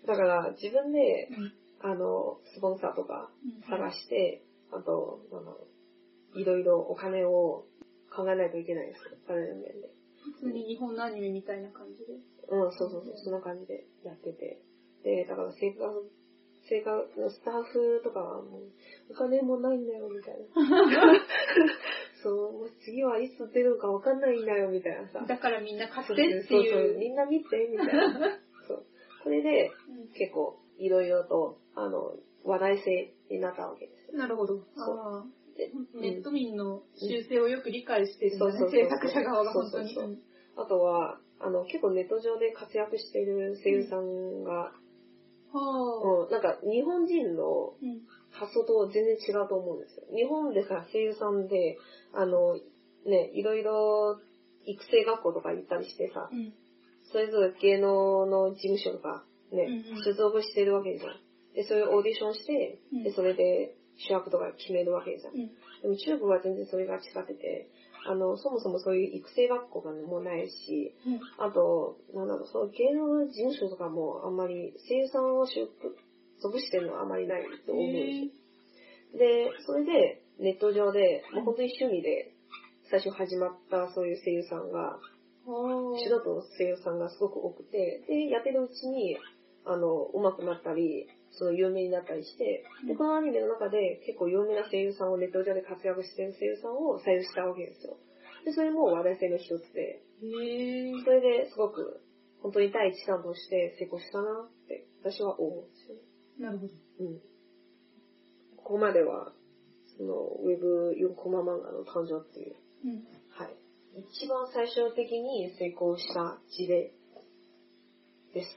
Speaker 2: す。だから自分で、
Speaker 1: うん
Speaker 2: あの、スポンサーとか
Speaker 1: うん
Speaker 2: 探して、あと、あの、いろいろお金を考えないといけないんですよ。お金の面で。
Speaker 1: 普通に日本のアニメみたいな感じで。
Speaker 2: うん、そうそうそう、そんな感じでやってて。で、だから生活、生活のスタッフとかはもう、お金もないんだよ、みたいな。 そう、もう次はいつ出るかわかんないんだよ、みたいなさ。
Speaker 1: だからみんな買って
Speaker 2: そ
Speaker 1: っ
Speaker 2: う
Speaker 1: て
Speaker 2: そうそう、
Speaker 1: いう。
Speaker 2: みんな見て、みたい な。そう。これで、結構、いろいろと、あの、話題性になったわけですよ。
Speaker 1: なるほど。あ
Speaker 2: で
Speaker 1: ーネット民の習性をよく理解しているんだね
Speaker 2: そうそうそう
Speaker 1: 制作者側が本当に。
Speaker 2: そうそうあとは、あの、結構ネット上で活躍している声優さんが、
Speaker 1: はあ。
Speaker 2: うん、なんか日本人の
Speaker 1: うん。
Speaker 2: 発想と全然違うと思うんですよ。日本でさ、声優さんで、あの、ね、いろいろ育成学校とか行ったりしてさ
Speaker 1: う、ん。
Speaker 2: それぞれ芸能の事務所とか、ね
Speaker 1: うんうん、
Speaker 2: 所属してるわけじゃん。で、それをオーディションして
Speaker 1: うん、
Speaker 2: で、それで主役とか決めるわけじゃん。
Speaker 1: うん。
Speaker 2: でも中国は全然それが違ってて、あの、そもそもそういう育成学校がもうないし、
Speaker 1: うん
Speaker 2: あと、なんだろう、その芸能事務所とかもあんまり声優さんを所属してるのはあんまりないと思うんですよ。で、それで、ネット上で、もう本当に趣味で、最初始まったそういう声優さんが、素
Speaker 1: は
Speaker 2: 人の声優さんがすごく多くて、で、やってるうちに、あの、上手くなったり、その有名になったりして、で、このアニメの中で結構有名な声優さんをネット上で活躍してる声優さんを採用したわけですよ。で、それも話題性の一つで、
Speaker 1: あ。へえ。
Speaker 2: それですごく、本当に第一弾として成功したなって、私は思うんですよね。
Speaker 1: なるほど。
Speaker 2: うんここまでは、その、ウェブ4コマ漫画の誕生っていう、
Speaker 1: うん。
Speaker 2: はい。一番最終的に成功した事例です。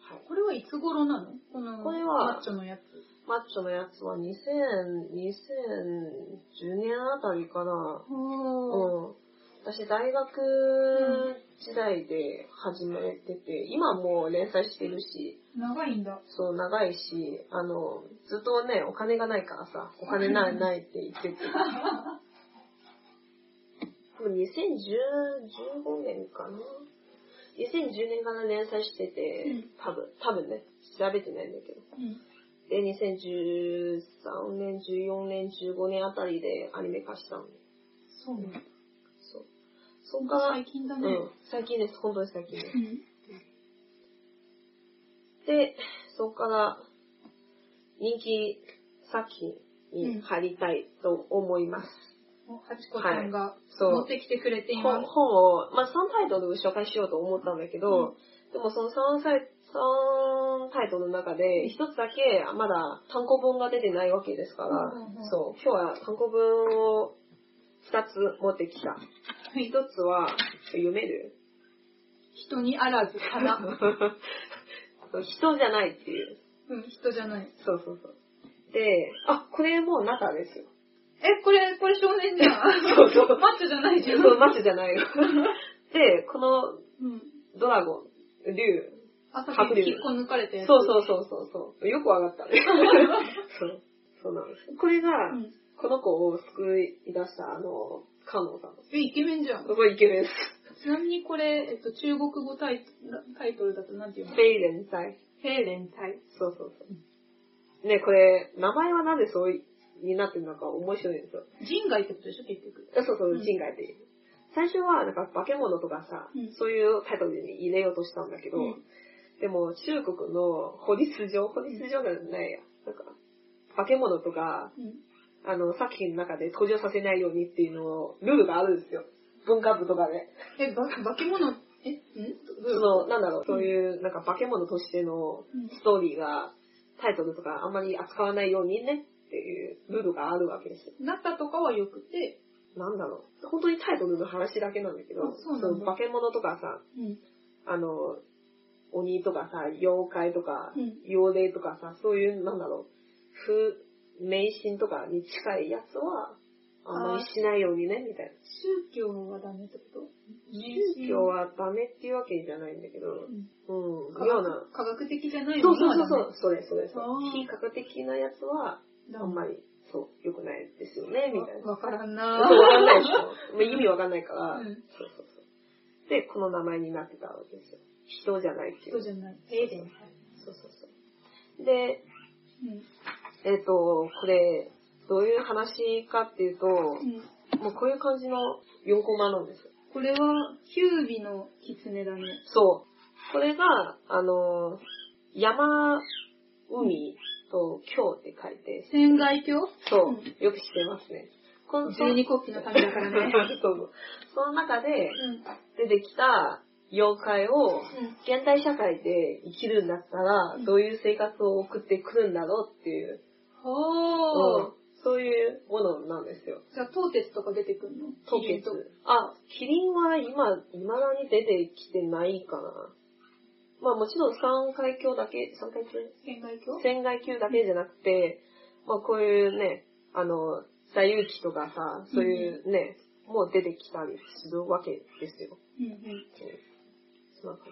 Speaker 2: はい。
Speaker 1: これはいつ頃なのこの、
Speaker 2: これは
Speaker 1: マッチョのやつ。
Speaker 2: マッチョのやつは2000、2010年あたりかな。う
Speaker 1: はあ。
Speaker 2: ん。私、大学時代で始めてて、今もう連載してるし、
Speaker 1: 長いんだ。
Speaker 2: そう、長いし、あの、ずっとね、お金がないからさ、お金ない、ないって 言ってて。多分2015年かな。2010年から連載してて
Speaker 1: うん、
Speaker 2: 多分、多分ね、調べてないんだけど。
Speaker 1: うん。
Speaker 2: で、2013年、14年、15年あたりでアニメ化したの。
Speaker 1: そうなんだ。
Speaker 2: そう。そこから、
Speaker 1: 最近だ
Speaker 2: う
Speaker 1: ね。
Speaker 2: ん、最近です、本当に最近です。
Speaker 1: うん。
Speaker 2: で、そこから人気作品に入りたいと思います。
Speaker 1: ハチコさんが
Speaker 2: そう
Speaker 1: 持ってきてくれていま
Speaker 2: 本
Speaker 1: す。
Speaker 2: 本を、まあ、3タイトル紹介しようと思ったんだけど、でもその3タイ三タイトルの中で一つだけまだ単行本が出てないわけですから、
Speaker 1: うんうんうん
Speaker 2: そう、今日は単行本を2つ持ってきた。
Speaker 1: はい
Speaker 2: 一つは、読める
Speaker 1: 人にあらず花。
Speaker 2: 人じゃないっていう。
Speaker 1: うん、人じゃない。
Speaker 2: そうそうそう。で、あ、これもうナタですよ。
Speaker 1: え、これ、これ少年じゃん。
Speaker 2: そうそう
Speaker 1: マッチョじゃないじゃん。
Speaker 2: そう、マジじゃないよ。 で、この
Speaker 1: うん。
Speaker 2: ドラゴン、竜。
Speaker 1: あ、さっ
Speaker 2: 白
Speaker 1: き
Speaker 2: 竜
Speaker 1: 引っこ抜かれて。
Speaker 2: そう
Speaker 1: う。
Speaker 2: そうそうそうそう。よくわかっ たね。そう。そうなんです。これが、
Speaker 1: うん。
Speaker 2: この子を救い出した、あの、カノンさん。
Speaker 1: え、イケメンじゃん。
Speaker 2: すごいイケメンです。
Speaker 1: ちなみにこれ、えっと、中国語タイタイトルだとなんていうの
Speaker 2: フェイレン祭。
Speaker 1: ヘーレンタイ。
Speaker 2: そうそうそう。ね、これ、名前はなんでそういになってるのか面白いんですよ。
Speaker 1: 人外ってことでしょ、結局。
Speaker 2: あそうそう
Speaker 1: う、ん
Speaker 2: 人外っていう。最初は、なんか、化け物とかさ、
Speaker 1: うん
Speaker 2: そういうタイトルに入れようとしたんだけど、
Speaker 1: うん
Speaker 2: でも、中国の法律上、法律上じゃないや。なんか、化け物とか、
Speaker 1: うん。
Speaker 2: あの、作品の中で登場させないようにっていうのを、ルールがあるんですよ。文化部とかで。
Speaker 1: え、ば、化け物、え、ん
Speaker 2: その、なんだろう、そういう、なんか化け物としての
Speaker 1: うん
Speaker 2: ストーリーが、タイトルとかあんまり扱わないようにねっていうルールがあるわけですよ。
Speaker 1: 中とかは良くて、
Speaker 2: なんだろう、本当にタイトルの話だけなんだけど
Speaker 1: あ、そうなんだ
Speaker 2: の化け物とかさ、
Speaker 1: うん。
Speaker 2: あの、鬼とかさ、妖怪とか、
Speaker 1: うん
Speaker 2: 妖霊とかさ、そういう、なんだろう、不、迷信とかに近いやつは、あんまりしないようにね、みたいな。
Speaker 1: 宗教はダメってこと
Speaker 2: 宗教、はダメっていうわけじゃないんだけど、
Speaker 1: うん
Speaker 2: うん、
Speaker 1: 科
Speaker 2: ような。
Speaker 1: 学科学的じゃない
Speaker 2: そ
Speaker 1: も
Speaker 2: う
Speaker 1: の
Speaker 2: そ
Speaker 1: はダ
Speaker 2: うそう
Speaker 1: メ
Speaker 2: そう、それそれそ
Speaker 1: あ
Speaker 2: う。
Speaker 1: ー
Speaker 2: 非科学的なやつは、あんまり、そう、良くないですよね、みたいな。
Speaker 1: わからん
Speaker 2: そう、
Speaker 1: な
Speaker 2: わかんないでしょ。もう意味わかんないから、
Speaker 1: うん
Speaker 2: そうそうそう。で、この名前になってたわけですよ。人じゃないってい
Speaker 1: 人
Speaker 2: う。
Speaker 1: じゃない。ええでも。
Speaker 2: そうそうそう。で、
Speaker 1: うん。
Speaker 2: えっ、と、これ、どういう話かっていうと、
Speaker 1: うん
Speaker 2: もうこういう感じの4コマなんですよ。
Speaker 1: これは、キュービの狐だね。
Speaker 2: そう。これが、あの、山、海と京って書いて、
Speaker 1: 仙外教
Speaker 2: そう
Speaker 1: うん、
Speaker 2: よく知ってますね。この
Speaker 1: 十二国旗の神だから ね。
Speaker 2: そうそうその中で
Speaker 1: うん。
Speaker 2: 出てきた妖怪を、現代社会で生きるんだったら
Speaker 1: う、ん
Speaker 2: どういう生活を送ってくるんだろうっていう、
Speaker 1: ほ
Speaker 2: うんそういうものなんですよ。
Speaker 1: ー。じゃあ、トーテスとか出てくんの
Speaker 2: 凍
Speaker 1: キリン
Speaker 2: 結
Speaker 1: と。。
Speaker 2: あ、キリンは今、未だに出てきてないかな。まあもちろん三階級だけ、三階級
Speaker 1: 仙外教
Speaker 2: 仙外級だけじゃなくて、まあこういうね、あの、大勇気とかさ、そういうね、もう出てきたりするわけですよ。
Speaker 1: うんうん。
Speaker 2: そんな感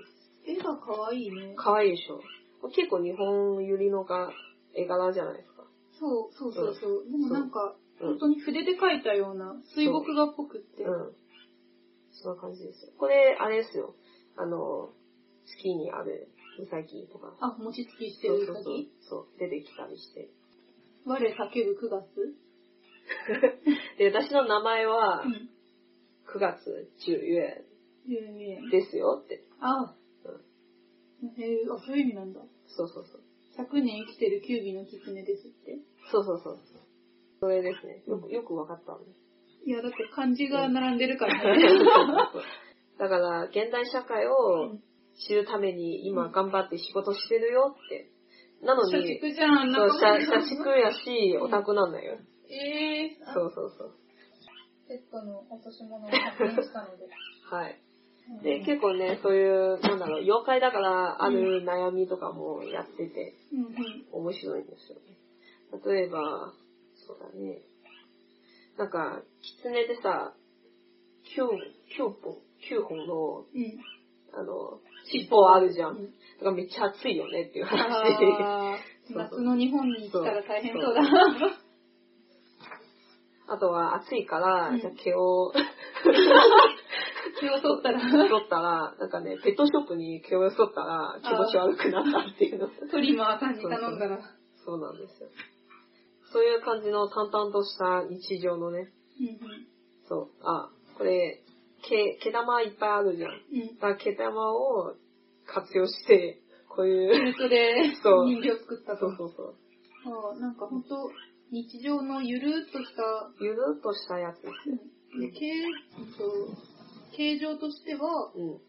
Speaker 1: 絵が可愛いね
Speaker 2: じ。。かわいいでしょ。結構日本寄りのが絵柄じゃないですか。
Speaker 1: そう、そうそうそう。でもなんか、
Speaker 2: うん
Speaker 1: 本当に筆で描いたような水墨画っぽくって。
Speaker 2: うん。そんな感じですよ。これ、あれですよ。あの、スキーにあるウサギとか。
Speaker 1: あ、餅つきして
Speaker 2: そう
Speaker 1: る
Speaker 2: そう
Speaker 1: さ
Speaker 2: そう
Speaker 1: き。
Speaker 2: そう、出てきたりして。
Speaker 1: 我叫ぶ9月
Speaker 2: で、私の名前は
Speaker 1: う、ん。
Speaker 2: 9月10
Speaker 1: 有名
Speaker 2: 日。ですよって。
Speaker 1: あ、へえあ、そういう意味なんだ。
Speaker 2: そうそうそう。
Speaker 1: 100年生きてるキュービの狐ですって。
Speaker 2: そうそうそう。それですね。よく、よくわか ったわね。
Speaker 1: いや、だって漢字が並んでるから ね。
Speaker 2: だから、現代社会を知るために今頑張って仕事してるよって。なの
Speaker 1: 社
Speaker 2: に、
Speaker 1: 畜じゃん、あんな
Speaker 2: そう、
Speaker 1: こと
Speaker 2: 社社畜やし、オタクなんだよ。
Speaker 1: ええー。
Speaker 2: そうそうそう。
Speaker 1: ペットの落とし物を発見したので。
Speaker 2: はい。 で、結構ね、そういう、なんだろう、妖怪だからある悩みとかもやってて、
Speaker 1: うんうん。
Speaker 2: 面白いんですよね。例えば、そうだね。なんか、狐でさ、9、9本、9本の、
Speaker 1: うん。
Speaker 2: あの、尻尾ある じゃ
Speaker 1: うん
Speaker 2: ん。だからめっちゃ暑いよねっていう話。
Speaker 1: あー
Speaker 2: そう
Speaker 1: 夏の日本に来たら大変そうだ。
Speaker 2: あとは暑いから、
Speaker 1: うん
Speaker 2: じゃあ毛 を
Speaker 1: 気を取ったら、
Speaker 2: 剃ったら、なんかね、ペットショップに毛を剃ったら気持ち悪くなったっていうの。
Speaker 1: トリマーさんに頼んだら。
Speaker 2: そうなんですよ。そういう感じの淡々とした日常のね、
Speaker 1: うんうん
Speaker 2: そう、あ、これ、毛、毛玉いっぱいあるじゃん。
Speaker 1: うん
Speaker 2: だから毛玉を活用して、こう
Speaker 1: フ
Speaker 2: いう、
Speaker 1: ルトで
Speaker 2: そう
Speaker 1: 人形作った
Speaker 2: そ
Speaker 1: と
Speaker 2: う。そうそう。
Speaker 1: あーなんか本当日常のゆるっとした、
Speaker 2: ゆるっとしたやつですよ。
Speaker 1: で形うんと形状としては、
Speaker 2: うん。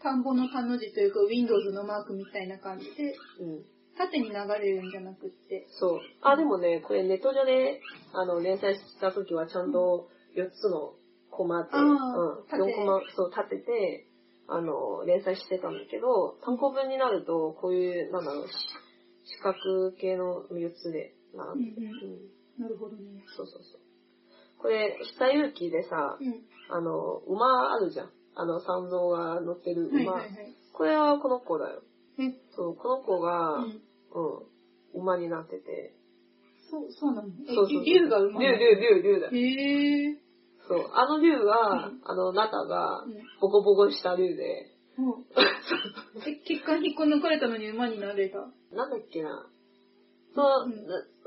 Speaker 1: 田んぼの田の字というか Windows のマークみたいな感じで、
Speaker 2: うん。
Speaker 1: 縦に流れるんじゃなくって、
Speaker 2: そう。あ、でもね、これネット上で、あの、連載した時はちゃんと4つのコマで、
Speaker 1: あー
Speaker 2: うん、
Speaker 1: 縦
Speaker 2: 4コマ、そう、立てて、あの、連載してたんだけど、単行本になると、こういう、なんだろう、し四角形の4つで並んで、
Speaker 1: うん
Speaker 2: う、
Speaker 1: うんなるほどね。
Speaker 2: そうそうそう。これ、下勇気でさ
Speaker 1: う、ん。
Speaker 2: あの、馬あるじゃん。あの、三蔵が乗ってる
Speaker 1: はい
Speaker 2: 馬。
Speaker 1: はいはい。
Speaker 2: これはこの子だよ。
Speaker 1: え、
Speaker 2: そう、この子
Speaker 1: う
Speaker 2: が、うんん、馬になってて、
Speaker 1: そう、そうなの
Speaker 2: そうそう
Speaker 1: え竜が馬
Speaker 2: 竜、
Speaker 1: なの
Speaker 2: 竜、竜、竜だ。
Speaker 1: へえ。
Speaker 2: そう。あの竜は、
Speaker 1: うん
Speaker 2: あの、ナタが
Speaker 1: う、ん
Speaker 2: ボコボコした竜で、
Speaker 1: もう、え血管引っこ抜かれたのに馬になれた。
Speaker 2: なんだっけな。そう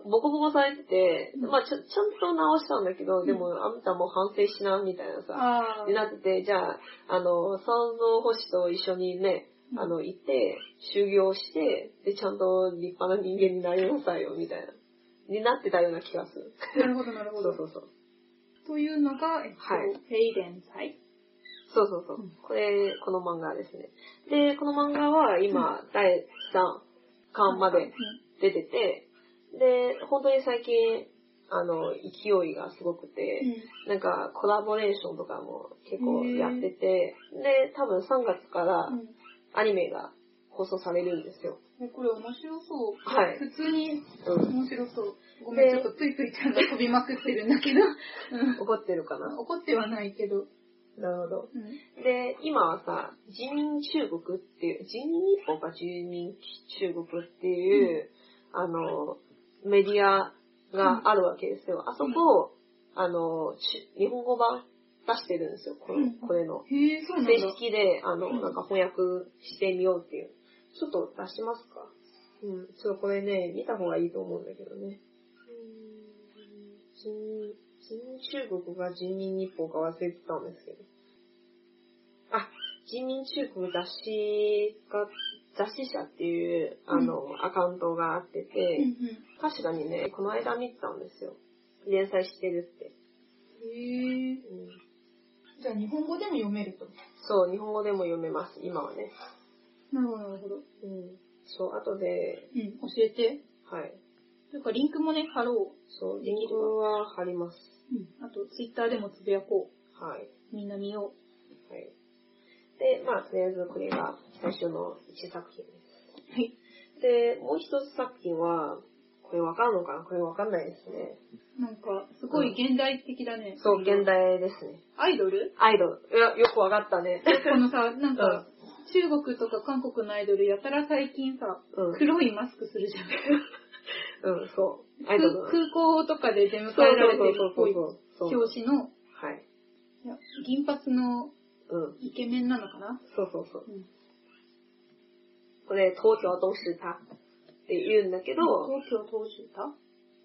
Speaker 1: うん、
Speaker 2: ボコボコされてて、
Speaker 1: うん
Speaker 2: まあちょ、ちゃんと直したんだけど、
Speaker 1: ん
Speaker 2: でも、あんたもう反省しな、みたいなさ、
Speaker 1: あ
Speaker 2: になってて、じゃあ、あの、三蔵星と一緒にね、あの、行って、修行して、で、ちゃんと立派な人間になりなさいよ、みたいな。になってたような気がする。
Speaker 1: なるほど、なる
Speaker 2: そ
Speaker 1: ほ
Speaker 2: う
Speaker 1: ど。
Speaker 2: そうそう。
Speaker 1: というのが、えっと、
Speaker 2: はい
Speaker 1: フェイデン祭。
Speaker 2: そうそうそう
Speaker 1: うん。
Speaker 2: これ、この漫画ですね。で、この漫画は今、第3巻ま
Speaker 1: うん
Speaker 2: で出てて、で、本当に最近、あの、勢いがすごくて、なんかコラボレーションとかも結構やってて、で、多分3月から
Speaker 1: うん。うん
Speaker 2: アニメが放送されるんですよ。
Speaker 1: えこれ面白そう。
Speaker 2: はい
Speaker 1: 普通に
Speaker 2: うん。
Speaker 1: 面白そう。ごめん、ちょ
Speaker 2: で
Speaker 1: っとついついちゃんが飛びまくってるんだけど。う。
Speaker 2: 怒ってるかなん
Speaker 1: 怒ってはないけど。
Speaker 2: なるほど。
Speaker 1: うん。
Speaker 2: で、今はさ、人民中国っていう、人民日本か住民中国っていう、あの、メディアがあるわけですよ。あそこ、あの、し日本語版出してるんですよ、こ
Speaker 1: うん
Speaker 2: これの。
Speaker 1: へえ、そうなんだ
Speaker 2: 正。式で、あの、
Speaker 1: うん
Speaker 2: なんか翻訳してみようっていう。ちょっと出しますかうん、ちょっとこれね、見た方がいいと思うんだけどね。人民、人民中国が人民日報か忘れてたんですけど。あ、人民中国雑誌が、雑誌社っていう、あの、アカウントがあってて、
Speaker 1: うん
Speaker 2: 確かにね、この間見てたんですよ。連載してるって。
Speaker 1: うん。へえ。
Speaker 2: うん
Speaker 1: じゃあ日本語でも読めると。
Speaker 2: そう、日本語でも読めます、今はね。
Speaker 1: なるほど、なるほど。
Speaker 2: うん。そう、後で、
Speaker 1: うん、教えて。
Speaker 2: はい。
Speaker 1: というか、リンクもね、貼ろ
Speaker 2: そう、
Speaker 1: できれば
Speaker 2: リンクは貼ります。
Speaker 1: う。うん。あと、ツイッターでもつぶやこ
Speaker 2: はい。
Speaker 1: う。みんな見よ
Speaker 2: はい。で、まあ、とりあえずこれが最初の1作品で
Speaker 1: う。はい。
Speaker 2: す。で、もう一つ作品は、これわかるのかなこれわかんないですね。
Speaker 1: なんか、すごい現代的だね。
Speaker 2: そう、現。代ですね。
Speaker 1: アイド ル
Speaker 2: アイドル。いや、よくわかった ね。
Speaker 1: このさ、なんか、中国とか韓国のアイドルやたら最近さ、
Speaker 2: うん。
Speaker 1: 黒いマスクするじゃん。
Speaker 2: うん、そう。アイドルの。
Speaker 1: 空空港とかで出迎
Speaker 2: そう
Speaker 1: えられてるっ
Speaker 2: そ
Speaker 1: ぽ
Speaker 2: う
Speaker 1: い
Speaker 2: そうそうそう。
Speaker 1: 表紙の、
Speaker 2: はい。
Speaker 1: いや銀髪の
Speaker 2: うん。
Speaker 1: イケメンなのかな
Speaker 2: そうそうそう。
Speaker 1: うん
Speaker 2: これ、東京都市他って言うんだけど、
Speaker 1: 東京投手た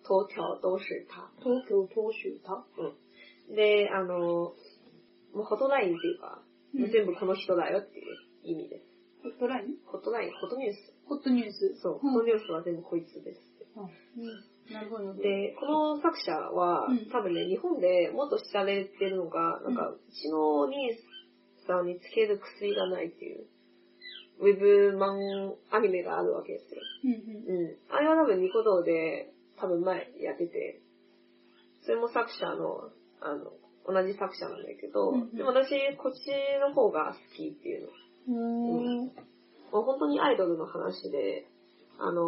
Speaker 2: 東京都市他。
Speaker 1: 東京投手た
Speaker 2: うん。で、あの、もうホットラインっていうか、
Speaker 1: うん
Speaker 2: 全部この人だよっていう意味です。
Speaker 1: ホットライン
Speaker 2: ホットライン、ホットニュース。
Speaker 1: ホットニュース。
Speaker 2: そう、
Speaker 1: ん
Speaker 2: ホットニュースは全部こいつです。
Speaker 1: うん。なるほど。で、
Speaker 2: で、この作者は、
Speaker 1: うん
Speaker 2: 多分ね、日本でもっと知られてるのが、なんか、うちのお兄さんにつける薬がないっていう、ウェブマンアニメがあるわけですよ。
Speaker 1: うん
Speaker 2: うん。あれは多分ニコ動で、多分前やってて、それも作者の、あの、同じ作者なんだけど、
Speaker 1: うんうん
Speaker 2: でも私、こっちの方が好きっていうの。
Speaker 1: うん。うーん。
Speaker 2: もう本当にアイドルの話で、あの、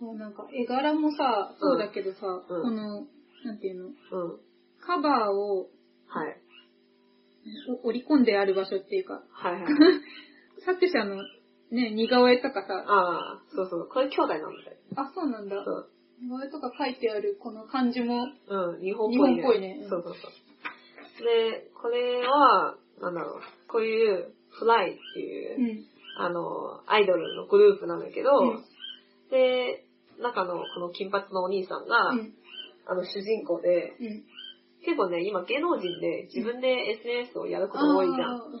Speaker 1: もうなんか、絵柄もさ、そうだけどさ、
Speaker 2: うん
Speaker 1: この、なんていうの、
Speaker 2: うん。
Speaker 1: カバーを
Speaker 2: はい。
Speaker 1: お折り込んである場所っていうか、
Speaker 2: はいはい。
Speaker 1: 作者のね、似顔絵とかさ、
Speaker 2: ああ、そうそう。これ兄弟なんだよ。
Speaker 1: あ、そうなんだ
Speaker 2: そ。う。
Speaker 1: 似顔絵とか書いてあるこの感じも、
Speaker 2: うん、日本っぽいね。
Speaker 1: 日本っぽいねうん
Speaker 2: そうそうそう。で、これは、なんだろう、こういう、フライっていうう、
Speaker 1: ん。
Speaker 2: あの、アイドルのグループなんだけど、
Speaker 1: うん
Speaker 2: で、中のこの金髪のお兄さんが、
Speaker 1: うん。
Speaker 2: あの主人公で、
Speaker 1: うん。
Speaker 2: 結構ね、今芸能人で自分で SNS をやること多いじゃ
Speaker 1: あ
Speaker 2: ん。
Speaker 1: ーうんうん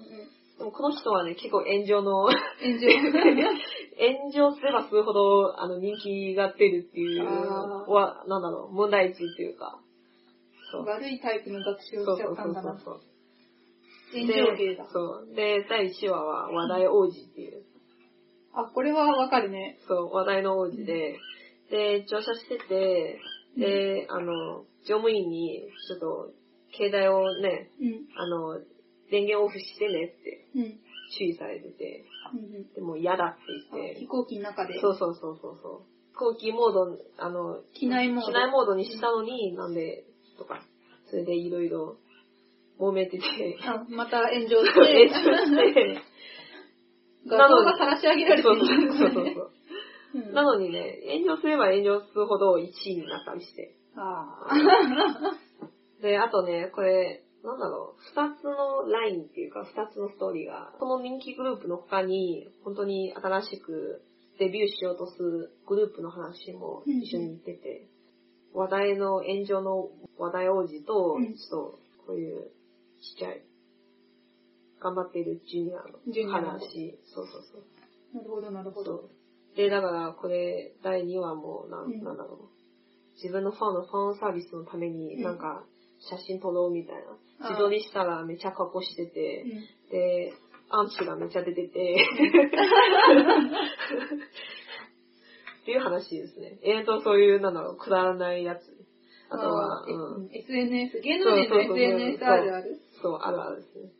Speaker 2: でもこの人はね、結構炎上の、
Speaker 1: 炎上。
Speaker 2: 炎上すればするほど、あの、人気が出るっていう、
Speaker 1: あー
Speaker 2: は、なんだろう、問題児っていうか。 そう。
Speaker 1: 悪いタイプの学習
Speaker 2: そ
Speaker 1: を
Speaker 2: う
Speaker 1: しち
Speaker 2: そ
Speaker 1: ゃ
Speaker 2: う
Speaker 1: った
Speaker 2: そ
Speaker 1: ん
Speaker 2: う
Speaker 1: だな。
Speaker 2: そう。
Speaker 1: 炎上芸だ
Speaker 2: で。そう。で、第1話は話題王子っていう。
Speaker 1: あ、これはわかるね。
Speaker 2: そう、話題の王子で、で、乗車してて、で、あの、乗務員に、ちょっと、携帯をね、
Speaker 1: うん。
Speaker 2: あの、電源オフしてねって
Speaker 1: うん。うん
Speaker 2: 注意されてて、
Speaker 1: うん
Speaker 2: でも嫌だって
Speaker 1: あ
Speaker 2: 言
Speaker 1: 飛
Speaker 2: っ
Speaker 1: 行機の中で
Speaker 2: て、。そうそうそうそうそう。飛行機モード、あの、
Speaker 1: 機内モード
Speaker 2: 機内モードにしたのに、なんで、とか、それでいろいろ揉 めてて、
Speaker 1: あ、また炎上し
Speaker 2: 練習
Speaker 1: て、
Speaker 2: して、
Speaker 1: 画像が晒し上げられて
Speaker 2: そ
Speaker 1: る
Speaker 2: うそうそうそう。
Speaker 1: うん
Speaker 2: なのにね、炎上すれば炎上するほど1位になったりして。
Speaker 1: あ
Speaker 2: で、あとね、これ、なんだろう、二つのラインっていうか、二つのストーリーが、この人気グループの他に、本当に新しくデビューしようとするグループの話も一緒に出て、話題の炎上の話題王子と、
Speaker 1: うん
Speaker 2: ちょっと、こういうちっちゃい、頑張っているジュニ
Speaker 1: ジュ
Speaker 2: ア
Speaker 1: ニ
Speaker 2: の
Speaker 1: アの
Speaker 2: 話、そうそうそう。
Speaker 1: なるほど、なるほど。
Speaker 2: そう。で、だから、これ、第2話も、なん、
Speaker 1: うん
Speaker 2: なんだろう。自分のファンのファンサービスのため
Speaker 1: う
Speaker 2: に、
Speaker 1: ん
Speaker 2: なんか、写真撮ろうみたいな。
Speaker 1: あー
Speaker 2: 自撮りしたらめっちゃ加工してて、で、アンチがめっちゃ出てて、っていう話ですね。えーと、そういう、なんだろう、くだらないやつ。あとは、
Speaker 1: え
Speaker 2: うん。
Speaker 1: SNS、芸能人
Speaker 2: そう
Speaker 1: の
Speaker 2: そうそう
Speaker 1: SNS あるある。
Speaker 2: そう、あるあるですね。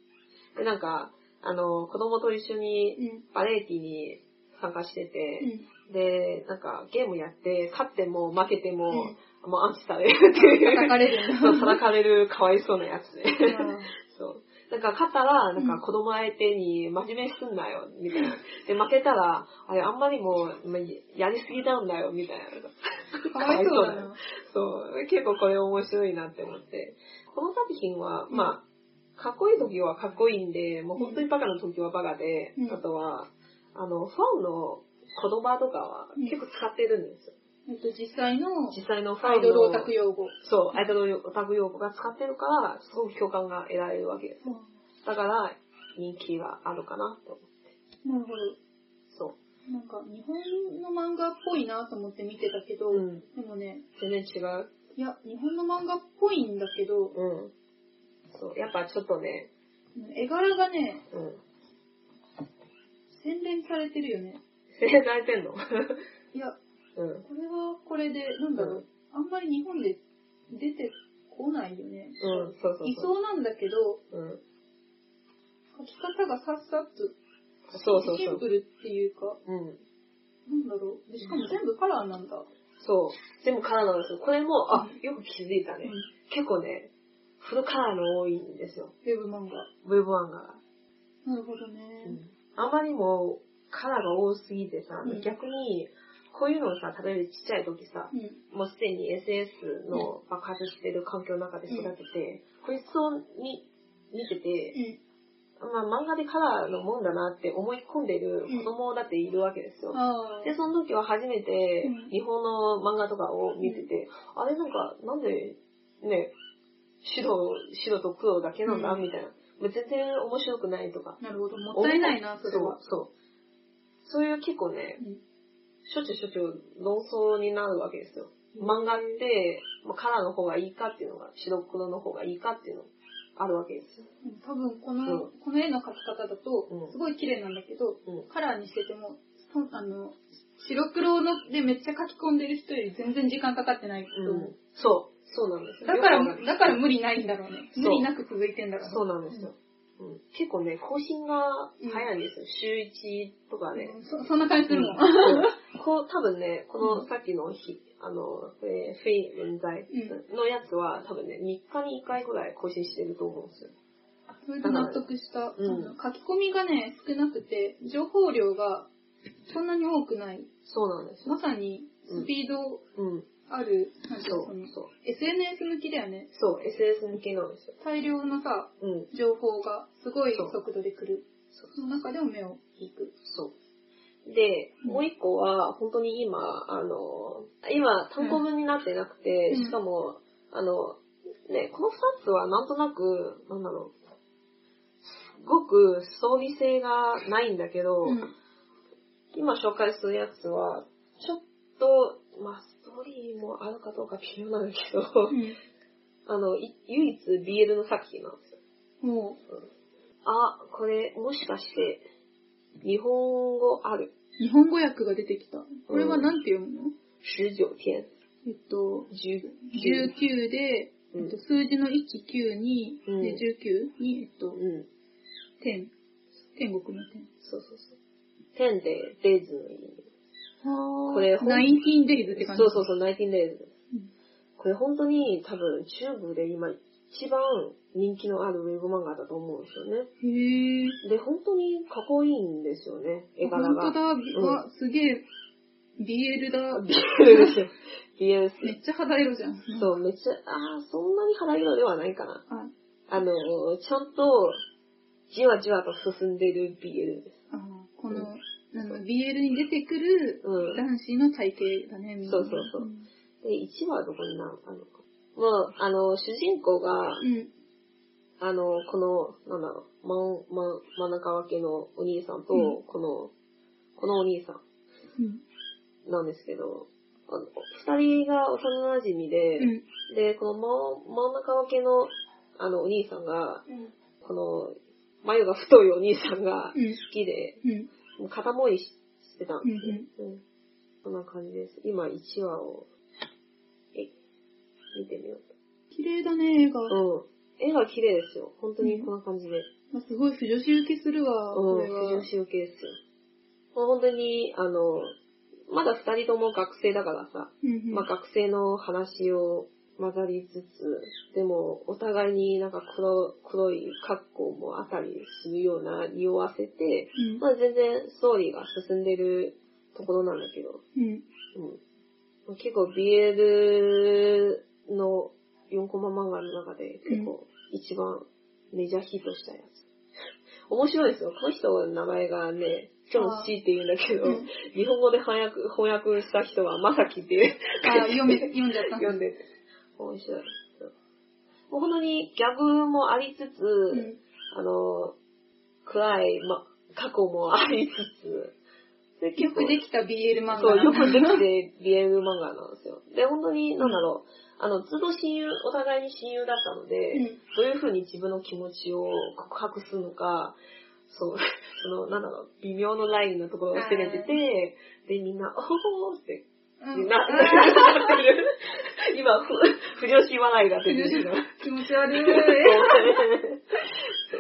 Speaker 2: で、なんか、あの、子供と一緒
Speaker 1: う
Speaker 2: に、
Speaker 1: ん。
Speaker 2: バレエティに参加してて、
Speaker 1: うん
Speaker 2: で、なんかゲームやって、勝っても負けても、もうアンチされるっていう。
Speaker 1: 叩かれるんだ。
Speaker 2: そう 叩かれるかわいそうなやつね。
Speaker 1: うん
Speaker 2: そう。なんか勝ったら、なんか子供相手に真面目にすんなよ、みたいな。で、負けたら、あれあんまりもう、まやりすぎなんだよ、みたいな。
Speaker 1: かわいそうだな。
Speaker 2: そう。結構これ面白いなって思って。この作品は、まあ、かっこいい時はかっこいいんで、もう本当にバカな時はバカで、
Speaker 1: うん
Speaker 2: あとは、あの、ファンの言葉とかは
Speaker 1: うん
Speaker 2: 結構使ってるんですよ。
Speaker 1: えっと、実際の
Speaker 2: 実際のファンの。
Speaker 1: アイドルオタク用語。
Speaker 2: そう、アイドルオタク用語が使ってるから、すごく共感が得られるわけです。だから、人気があるかなと。
Speaker 1: なるほど。
Speaker 2: そ
Speaker 1: なんか、日本の漫画っぽいなと思って見てたけど、
Speaker 2: う。うん。
Speaker 1: でもね、
Speaker 2: 全然違う。
Speaker 1: いや、日本の漫画っぽいんだけど、
Speaker 2: うん。そう。やっぱちょっとね、
Speaker 1: 絵柄がね、
Speaker 2: うん。
Speaker 1: 洗練されてるよね。
Speaker 2: 洗練されてんの
Speaker 1: いや、
Speaker 2: うん。
Speaker 1: これはこれで、なんだろう、あんまり日本で出てこないよね。
Speaker 2: うん、そうそう
Speaker 1: い
Speaker 2: そう。
Speaker 1: そうなんだけど、
Speaker 2: うん。
Speaker 1: 書き方がさっさと
Speaker 2: そうそう
Speaker 1: シ
Speaker 2: そ
Speaker 1: ン
Speaker 2: う
Speaker 1: プ。ルっていうか、
Speaker 2: うん。
Speaker 1: なんだろう。でしかも全部カラーなんだ。
Speaker 2: そう。全部カラーなんですよ。これも、あ、よく気づいた
Speaker 1: う
Speaker 2: ね
Speaker 1: ん。。
Speaker 2: 結構ね、フルカラーの多いんですよ。
Speaker 1: ウェブ漫画。
Speaker 2: ウェブ漫画が。
Speaker 1: なるほどね。
Speaker 2: あまりもカラーが多すぎてさ、
Speaker 1: うん
Speaker 2: 逆に、こういうのをさ、例えばちっちゃい時さ、
Speaker 1: うん。
Speaker 2: もうすでに SS の爆発してる環境の中で育てて、これそうに見てて、まあ漫画でカラーのもんだなって思い込んでる子供だっているわけです
Speaker 1: う
Speaker 2: よ
Speaker 1: ん。。ああ。
Speaker 2: で、その時は初めて
Speaker 1: うん
Speaker 2: 日本の漫画とかを見てて、あれなんか、なんで、ね、白、白と黒だけなんだ、
Speaker 1: うん
Speaker 2: みたいな。全然面白くないとか。
Speaker 1: なるほど。もったいないな、それは。
Speaker 2: そう、そう。そういう結構ね、
Speaker 1: うん
Speaker 2: しょっちゅうしょっちゅう論争になるわけですよ。漫画って、まあ、カラーの方がいいかっていうのが、白黒の方がいいかっていうのがあるわけですよ。
Speaker 1: うん多分この、この絵の描き方だ
Speaker 2: う
Speaker 1: と
Speaker 2: ん、
Speaker 1: すごい綺麗なんだけど、
Speaker 2: うん
Speaker 1: カラーにしてても、そあの、白黒のでめっちゃ書き込んでる人より全然時間かかってないと思う。
Speaker 2: そう、そうなんですよ。
Speaker 1: だから
Speaker 2: よくわか、る
Speaker 1: だから無理ないんだろうね。
Speaker 2: そう
Speaker 1: 無理なく続いてんだろうね。
Speaker 2: そうなんですよ。うん結構ね、更新が早いんですよ。週1とかね。
Speaker 1: うんそそんな感じするもん。
Speaker 2: うんこう、多分ね、こ
Speaker 1: う
Speaker 2: の
Speaker 1: ん
Speaker 2: さっきの日、あの、えーフェイ文在のやつは多分ね、3日に1回ぐらい更新してると思うんですよ。
Speaker 1: それで納得した。
Speaker 2: うん
Speaker 1: あの書き込みがね、少なくて、情報量がそんなに多くない。
Speaker 2: そうなんですよ
Speaker 1: ま。さに、スピード
Speaker 2: うん。
Speaker 1: ある、なんていう
Speaker 2: そ
Speaker 1: の
Speaker 2: う
Speaker 1: その、
Speaker 2: そう。
Speaker 1: SNS 向きだよね。
Speaker 2: そう、SS 向けなんですよ。
Speaker 1: 大量のさ、
Speaker 2: うん。
Speaker 1: 情報がすごい
Speaker 2: そう
Speaker 1: 速度で来る。
Speaker 2: そう
Speaker 1: その中でも目を引く。
Speaker 2: そう。で、
Speaker 1: うん
Speaker 2: もう一個は、本当に今、あの、今、単行文になってなくて、
Speaker 1: うん
Speaker 2: しかも、あの、ね、この二つはなんとなく、なんだろう、すごくストーリー性がないんだけど、
Speaker 1: うん
Speaker 2: 今紹介するやつは、ちょっと、まあ、ストーリーもあるかどうか微妙なんだけど、あの、い 唯一 BL の作品なんですよ。
Speaker 1: も
Speaker 2: あ、これ、もしかして、日本語ある。
Speaker 1: う、日本語訳が出てきた。これはなんて読むの、
Speaker 2: 19天。
Speaker 1: えっと、
Speaker 2: 19。
Speaker 1: 19で、
Speaker 2: うん
Speaker 1: えっと、数字の19に、
Speaker 2: うん
Speaker 1: で19に、えっと、
Speaker 2: うん。
Speaker 1: 天。天国の天。
Speaker 2: そうそうそう。天で、デイズの意味。
Speaker 1: こ
Speaker 2: これ
Speaker 1: ナインティーンデイズって感じ。
Speaker 2: そうそうそう、ナイティンデイズ。
Speaker 1: うん
Speaker 2: これ本当に多分中国で今一番人気のあるウェブ漫画だと思うんですよね。
Speaker 1: へえ。
Speaker 2: で、本当にかっこいいんですよね、絵柄
Speaker 1: 本当
Speaker 2: が。
Speaker 1: だ、わ、すげえ、BL だ。
Speaker 2: BL ですよ。ビヨンセ。
Speaker 1: めっちゃ肌色じゃん。
Speaker 2: そう、めっちゃ、あーそんなに肌色ではないかな。
Speaker 1: あ
Speaker 2: あのー、ちゃんと、じわじわと進んでる BL です。
Speaker 1: あのこの、なんか BL に出てくる
Speaker 2: うん
Speaker 1: 男子の体型だね、みんな
Speaker 2: そうそうそう
Speaker 1: うん。
Speaker 2: で、1話はどこになあのか。もう、あの、主人公が、
Speaker 1: うん。
Speaker 2: あの、この、なんだろう、まん、まん、真ん中分けのお兄さんと、
Speaker 1: うん
Speaker 2: この、このお兄さん
Speaker 1: うん。
Speaker 2: なんですけど、あの、二人が幼馴染みで、
Speaker 1: うん。
Speaker 2: で、この真ん真ん中分けの、あの、お兄さんが、この、眉が太いお兄さんが
Speaker 1: うん
Speaker 2: 好きで、
Speaker 1: うん。
Speaker 2: もう片思いししてたんですね。うんそんな感じです。今、1話を、え、見てみよう
Speaker 1: 綺麗だね、映画。
Speaker 2: と。うん。絵が綺麗ですよ。本当にこんな感じで。
Speaker 1: まあすごい不女子受けするわ、こ
Speaker 2: うん、
Speaker 1: れは。
Speaker 2: 不女子受けですよ。もう本当に、あの、まだ二人とも学生だからさ、
Speaker 1: うんうん
Speaker 2: まあ学生の話を混ざりつつ、でもお互いになんか黒黒い格好もあったりするような匂わせて、
Speaker 1: うん
Speaker 2: まあ全然ストーリーが進んでるところなんだけど、
Speaker 1: うん。
Speaker 2: うん、結構 BL の4コマ漫画の中で結構一番メジャーヒットしたやつ。 面白いですよ。この人の名前がね、今日のシーって言うんだけど、
Speaker 1: うん
Speaker 2: 日本語で翻訳翻訳した人はまさきっていう
Speaker 1: あ、読め、読んじゃった。
Speaker 2: 読んでて。面白い。もう本当にギャグもありつつ、
Speaker 1: うん。
Speaker 2: あの、暗い、ま、過去もありつつ、で
Speaker 1: よくできた BL 漫画。
Speaker 2: そう、よくできて、BL 漫画なんですよ。で、本当に、なんだろう、あの、ずっと親友、お互いに親友だったので、
Speaker 1: うん
Speaker 2: どういうふうに自分の気持ちを告白するのか、そう、 その、なんだろう、微妙のラインのところを攻めてて、で、みんな、おーって、
Speaker 1: うん。
Speaker 2: みんな、
Speaker 1: あ
Speaker 2: なってる。今、不不良し笑いが出て るけど。そう
Speaker 1: ー気持ち悪い。
Speaker 2: そう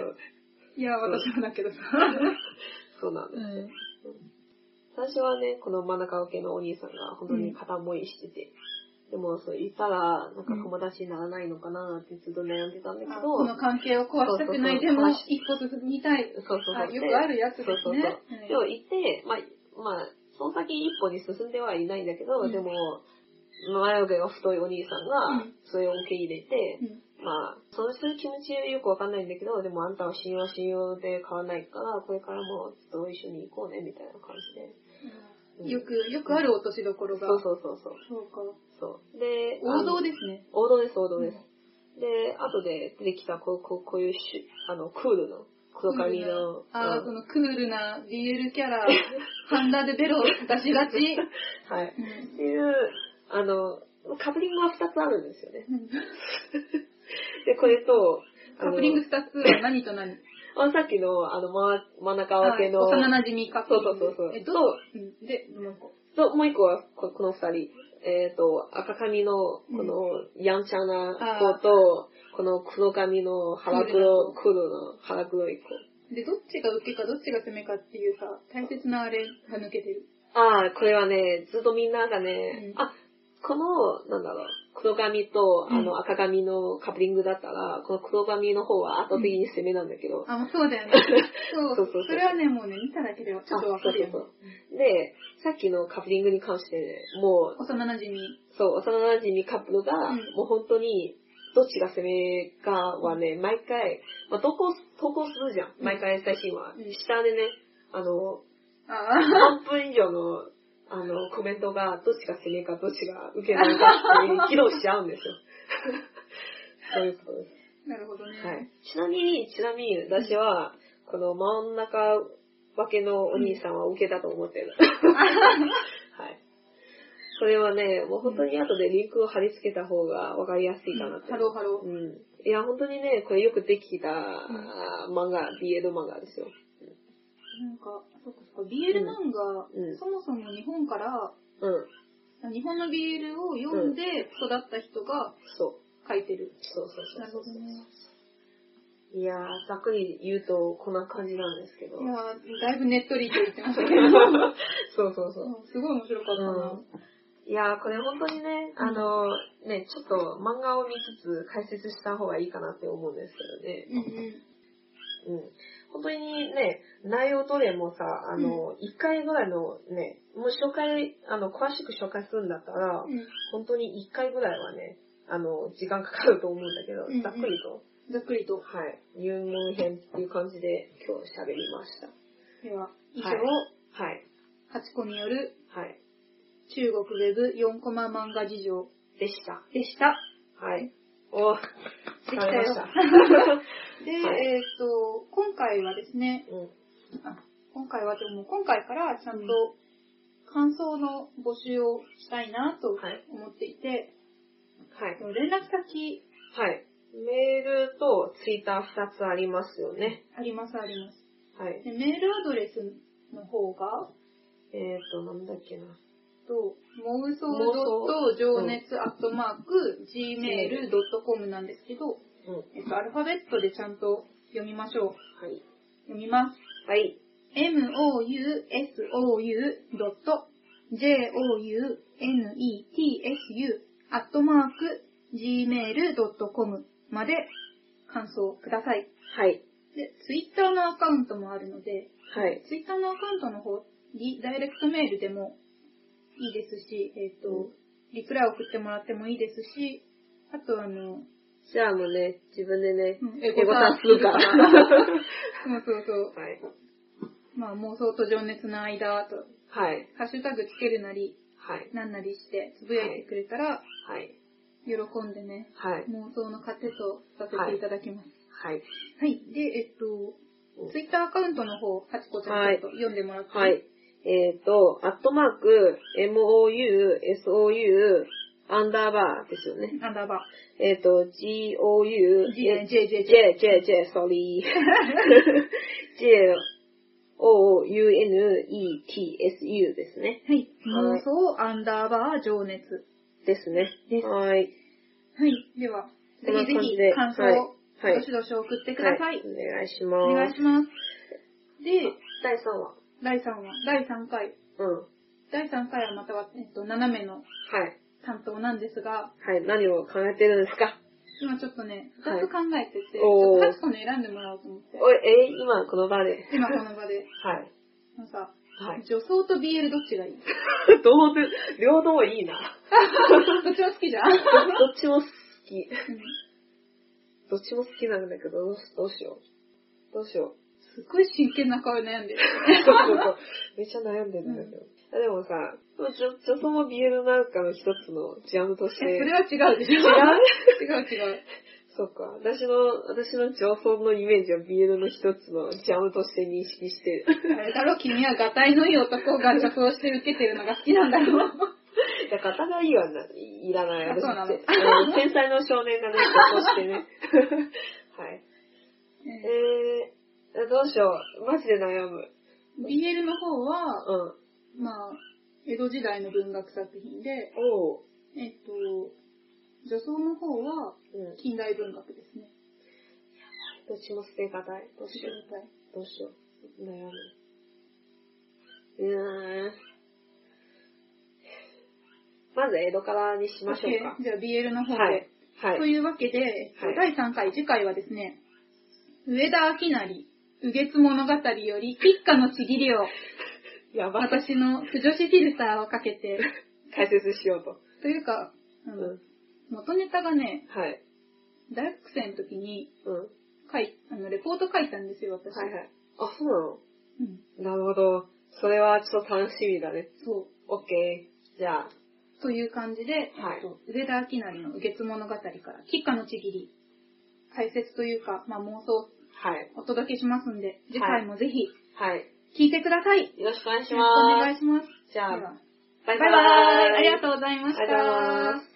Speaker 1: いや、私もだけどさ。
Speaker 2: そうなんです。
Speaker 1: ん。
Speaker 2: 最初はね、この真ん中受けのお兄さんが本当に片思いしてて、でもそう言ったら、なんか友達にならないのかなってずっと悩んでたんだけ
Speaker 1: あ
Speaker 2: ど、
Speaker 1: この関係を壊したくない。
Speaker 2: そうそうそ
Speaker 1: でも一歩
Speaker 2: う壊し、
Speaker 1: 進みたい。
Speaker 2: そうそうそう。
Speaker 1: あよくあるやつ
Speaker 2: で
Speaker 1: です
Speaker 2: そ
Speaker 1: ね
Speaker 2: うそ
Speaker 1: うん
Speaker 2: うそう。でも行って、まあ、まあ、その先一歩に進んではいないんだけど、
Speaker 1: うん
Speaker 2: でも、眉毛が太いお兄さんが
Speaker 1: うん、
Speaker 2: それを受け入れて、
Speaker 1: うん
Speaker 2: まあ、そういう気持ちよくわかんないんだけど、でもあんたは信用信用で買わないから、これからもずっと一緒に行こうね、みたいな感じで。うん
Speaker 1: よく、よくある落としどころが。
Speaker 2: そうそうそうそう。
Speaker 1: そうか。
Speaker 2: そう。で、
Speaker 1: 王道
Speaker 2: で
Speaker 1: ですね。
Speaker 2: 王道です、王道です。で、後で出てきた、こう、こう、こういうしゅ、あの、クールの、黒髪の、
Speaker 1: あー、
Speaker 2: う
Speaker 1: こ
Speaker 2: ん
Speaker 1: のクールな BL キャラ、ハンダでベロ出しがち。
Speaker 2: は
Speaker 1: うん
Speaker 2: い。っていう、あの、カプリングは2つあるんですよね。で、これと、あ
Speaker 1: カ
Speaker 2: の
Speaker 1: ップリング2つは何と何
Speaker 2: あさっきの、あの、ま、真ん中分けの、
Speaker 1: あ幼馴染カップリング。
Speaker 2: そうそうそうそう
Speaker 1: え、ど
Speaker 2: そう
Speaker 1: ううんで、もう一個。
Speaker 2: と、もう一個はこ、この二人。えっ、と、赤髪の、この、やんちゃな子と、この黒髪の腹黒、
Speaker 1: ク
Speaker 2: 黒の腹黒い子。
Speaker 1: で、どっちが受けかどっちが攻めかっていうさ、大切なあれが抜けてる。
Speaker 2: ああ、これはね、ずっとみんながね、
Speaker 1: うん
Speaker 2: あ、この、なんだろう、黒髪と、あ
Speaker 1: うん
Speaker 2: の、赤髪のカップリングだったら、この黒髪の方は圧倒的に攻めなんだけど、
Speaker 1: あ、まあそう だよね。そう。
Speaker 2: そうそうそう
Speaker 1: それはね、もうね、見ただけではちょっとわかるよ、ね。
Speaker 2: あそうそうで、さっきのカップリングに関してね、もう、
Speaker 1: 幼馴染
Speaker 2: そう、幼馴染カップルが、
Speaker 1: うん
Speaker 2: もう本当に、どっちが攻めかはね、毎回、まあ、投稿、投稿するじゃん。
Speaker 1: うん
Speaker 2: 毎回最新話。
Speaker 1: うん
Speaker 2: 下でね、あの、
Speaker 1: ああ、
Speaker 2: 半分以上の、あの、コメントが、どっちが攻めか、どっちが受けないかって、議論しちゃうんですよ。 そういうことです。
Speaker 1: なるほどね。
Speaker 2: はい。ちなみに、ちなみに、私は、この真ん中分けのお兄さんは受けたと 思ってる。はい。それはね、もう本当に後でリンクを貼り付けた方が分かりやすいかなって。
Speaker 1: ハローハロー。
Speaker 2: うん。いや、本当にね、これよくできた
Speaker 1: ん
Speaker 2: 漫画、BL 漫画ですよ。
Speaker 1: なんか、そっかそっか、BL 漫画、
Speaker 2: うんうん
Speaker 1: そもそも日本から、
Speaker 2: うん。
Speaker 1: 日本の BL を読んで育った人が
Speaker 2: そう。
Speaker 1: 書いてる。
Speaker 2: そうそうそう。
Speaker 1: なるほどね。
Speaker 2: いやー、ざっくり言うとこんな感じなんですけど。
Speaker 1: いやー、だいぶねっとりと言ってましたけど、
Speaker 2: そうそうそう。
Speaker 1: うんすごい面白かったな。
Speaker 2: いやー、これ本当にね、あの、ね、ちょっと漫画を見つつ解説した方がいいかなって思うんですけどね。
Speaker 1: うんうん。
Speaker 2: うん。本当にね、内容どれもさ、あの、1回ぐらいのね、もう紹介、あの、詳しく紹介するんだったら、本当に1回ぐらいはね、あの、時間かかると思うんだけど、
Speaker 1: うんうん
Speaker 2: ざっくりと、
Speaker 1: ざっくりと。
Speaker 2: はい、入門編っていう感じで今日喋りました。
Speaker 1: では、以上、
Speaker 2: はいはい、
Speaker 1: ハチコによる
Speaker 2: はい、
Speaker 1: 中国ウェブ4コマ漫画事情
Speaker 2: でした。
Speaker 1: でした。
Speaker 2: はい。おで
Speaker 1: できた よ。で、
Speaker 2: はい
Speaker 1: えっ、と、今回はですね、
Speaker 2: うん、
Speaker 1: あ今回はでも今回からちゃんと感想の募集をしたいなと
Speaker 2: はい
Speaker 1: 思っていて、
Speaker 2: はい。
Speaker 1: 連絡先
Speaker 2: はい。メールとツイッター二つありますよね。
Speaker 1: ありますあります。
Speaker 2: はい。
Speaker 1: でメールアドレスの方が、
Speaker 2: えっ、ー、と、なんだっけな。
Speaker 1: と、妄想情熱アットマーク gmail.com なんですけど、
Speaker 2: うん。は
Speaker 1: えっと、アルファベットでちゃんと読みましょう。
Speaker 2: い。
Speaker 1: 読みます。
Speaker 2: はい。
Speaker 1: mousou.jounetsu アットマーク gmail.com まで感想をください。
Speaker 2: はい。
Speaker 1: で、ツイッターのアカウントもあるので、
Speaker 2: はい。
Speaker 1: ツイッターのアカウントの方にダイレクトメールでもいいですし、えっ、
Speaker 2: う
Speaker 1: と、リプライ送ってもらってもいいですし、あとあの、
Speaker 2: じゃあもうね、自分でね
Speaker 1: うん、
Speaker 2: エゴサするから。
Speaker 1: エゴサす
Speaker 2: は
Speaker 1: そうそうそう、
Speaker 2: い。
Speaker 1: まあ妄想と情熱の間と、
Speaker 2: はい。
Speaker 1: ハッシュタグつけるなり、
Speaker 2: はい。
Speaker 1: なんなりしてつぶやいてくれたら、
Speaker 2: はい。
Speaker 1: 喜んでね、
Speaker 2: はい。
Speaker 1: 妄想の糧とさせていただきます。
Speaker 2: はい。
Speaker 1: はい。で、えっと、ツイッターアカウントの方、ハチコちゃんちょっと読んでもらって。
Speaker 2: はい。えっ、ー、と、アットマーク、MOU、SOU、アンダーバーですよね。
Speaker 1: アンダーバ
Speaker 2: えっ、ー、と、GOU、
Speaker 1: ー。J、J、J、J。
Speaker 2: J, J, J, sorry. J, O, U, N, E, T, S, U ですね。
Speaker 1: はい。
Speaker 2: はい
Speaker 1: 妄想、アンダーバー、情熱。
Speaker 2: ですね。
Speaker 1: です
Speaker 2: はい。
Speaker 1: はい。では、ぜ
Speaker 2: こんな
Speaker 1: ひぜ
Speaker 2: 感じで
Speaker 1: ひ感想を、
Speaker 2: はいはい
Speaker 1: どしどし送ってください。
Speaker 2: お願いし
Speaker 1: お願
Speaker 2: ま
Speaker 1: い
Speaker 2: す。
Speaker 1: します。で、
Speaker 2: 第3話。
Speaker 1: 第3話、第3回。
Speaker 2: うん。は
Speaker 1: 第3回はまたは、えっと、斜めの
Speaker 2: い。
Speaker 1: 担当なんですが、
Speaker 2: はい。何を考えてるんですか
Speaker 1: 今ちょっとね、
Speaker 2: はい
Speaker 1: 2つ考えてて、ちょ
Speaker 2: おー
Speaker 1: っとハチコの選んでもらおうと思って。
Speaker 2: おい、えー今この場で。
Speaker 1: 今この場で。
Speaker 2: はい。
Speaker 1: あのさ、
Speaker 2: はい。
Speaker 1: 女装と BL どっ ちがいい
Speaker 2: どうで、両方いいな。
Speaker 1: どっちも好きじゃん。うん
Speaker 2: ど どっちも好き。どっちも好きなんだけど、どうしどうしよう。どうしよう。
Speaker 1: すっごい真剣な顔で悩んでる。
Speaker 2: そうそうそうめっちゃ悩んでるんだけど。あでもさ、女女装も BL なんかの一つのジャンルとし
Speaker 1: え、それ
Speaker 2: て、
Speaker 1: は違うでしょ。
Speaker 2: 違う
Speaker 1: 違う違う。
Speaker 2: そうか、私の、私の女装のイメージは BL の一つのジャンルとして認 識してる。
Speaker 1: あれだろ、君はガタイのいい男が女装して受けてるのが好きなんだ ろう。
Speaker 2: だから肩がいいはないいらない。
Speaker 1: あ
Speaker 2: 私
Speaker 1: そうなの
Speaker 2: ってうん天才の少年 がね、女装してね。はい。
Speaker 1: え
Speaker 2: えー、どうしよう。マジで悩む。
Speaker 1: ー BL の方は、
Speaker 2: うん。
Speaker 1: まあ、江戸時代の文学作品で、
Speaker 2: おう。
Speaker 1: えっと、女装の方は
Speaker 2: うん。
Speaker 1: 近代文学ですね。
Speaker 2: どっちも捨てがたい。どうしよう。どうしよう。悩む。うーん。まず江戸からにしましょうか
Speaker 1: OK。じゃあ BL の方で。
Speaker 2: はい。は
Speaker 1: と
Speaker 2: い。
Speaker 1: いうわけで、えっと
Speaker 2: は
Speaker 1: 第
Speaker 2: い
Speaker 1: 3回、次回はですね、上田明成、右月物語より、ピッカのちぎりを、
Speaker 2: やば。
Speaker 1: 私の不女子フィルターをかけて、
Speaker 2: 解説しようと。
Speaker 1: というか、あ
Speaker 2: う
Speaker 1: の
Speaker 2: ん。
Speaker 1: 元ネタがね、
Speaker 2: はい。
Speaker 1: 大学生の時に、
Speaker 2: うん。
Speaker 1: 書い、あの、レポート書いたんですよ、私。
Speaker 2: はいはい。あ、そう
Speaker 1: うん。
Speaker 2: なのなるほど。それはちょっと楽しみだね。
Speaker 1: そ
Speaker 2: オッケー。じゃあ、
Speaker 1: う。という感じで、
Speaker 2: はい
Speaker 1: えっと上田明成の右月物語から、ピッカのちぎり、解説というか、まあ、妄想を
Speaker 2: はい。
Speaker 1: お届けしますんで、次回もぜひ、
Speaker 2: はい。
Speaker 1: 聞いてください。よ
Speaker 2: よろしくお願い
Speaker 1: ろ
Speaker 2: し
Speaker 1: しくお
Speaker 2: ま
Speaker 1: 願いします。
Speaker 2: す。じゃあ
Speaker 1: では、
Speaker 2: バイバ
Speaker 1: バイバイあり
Speaker 2: イ。
Speaker 1: がとうございまし
Speaker 2: ありがとうござい
Speaker 1: た
Speaker 2: ます。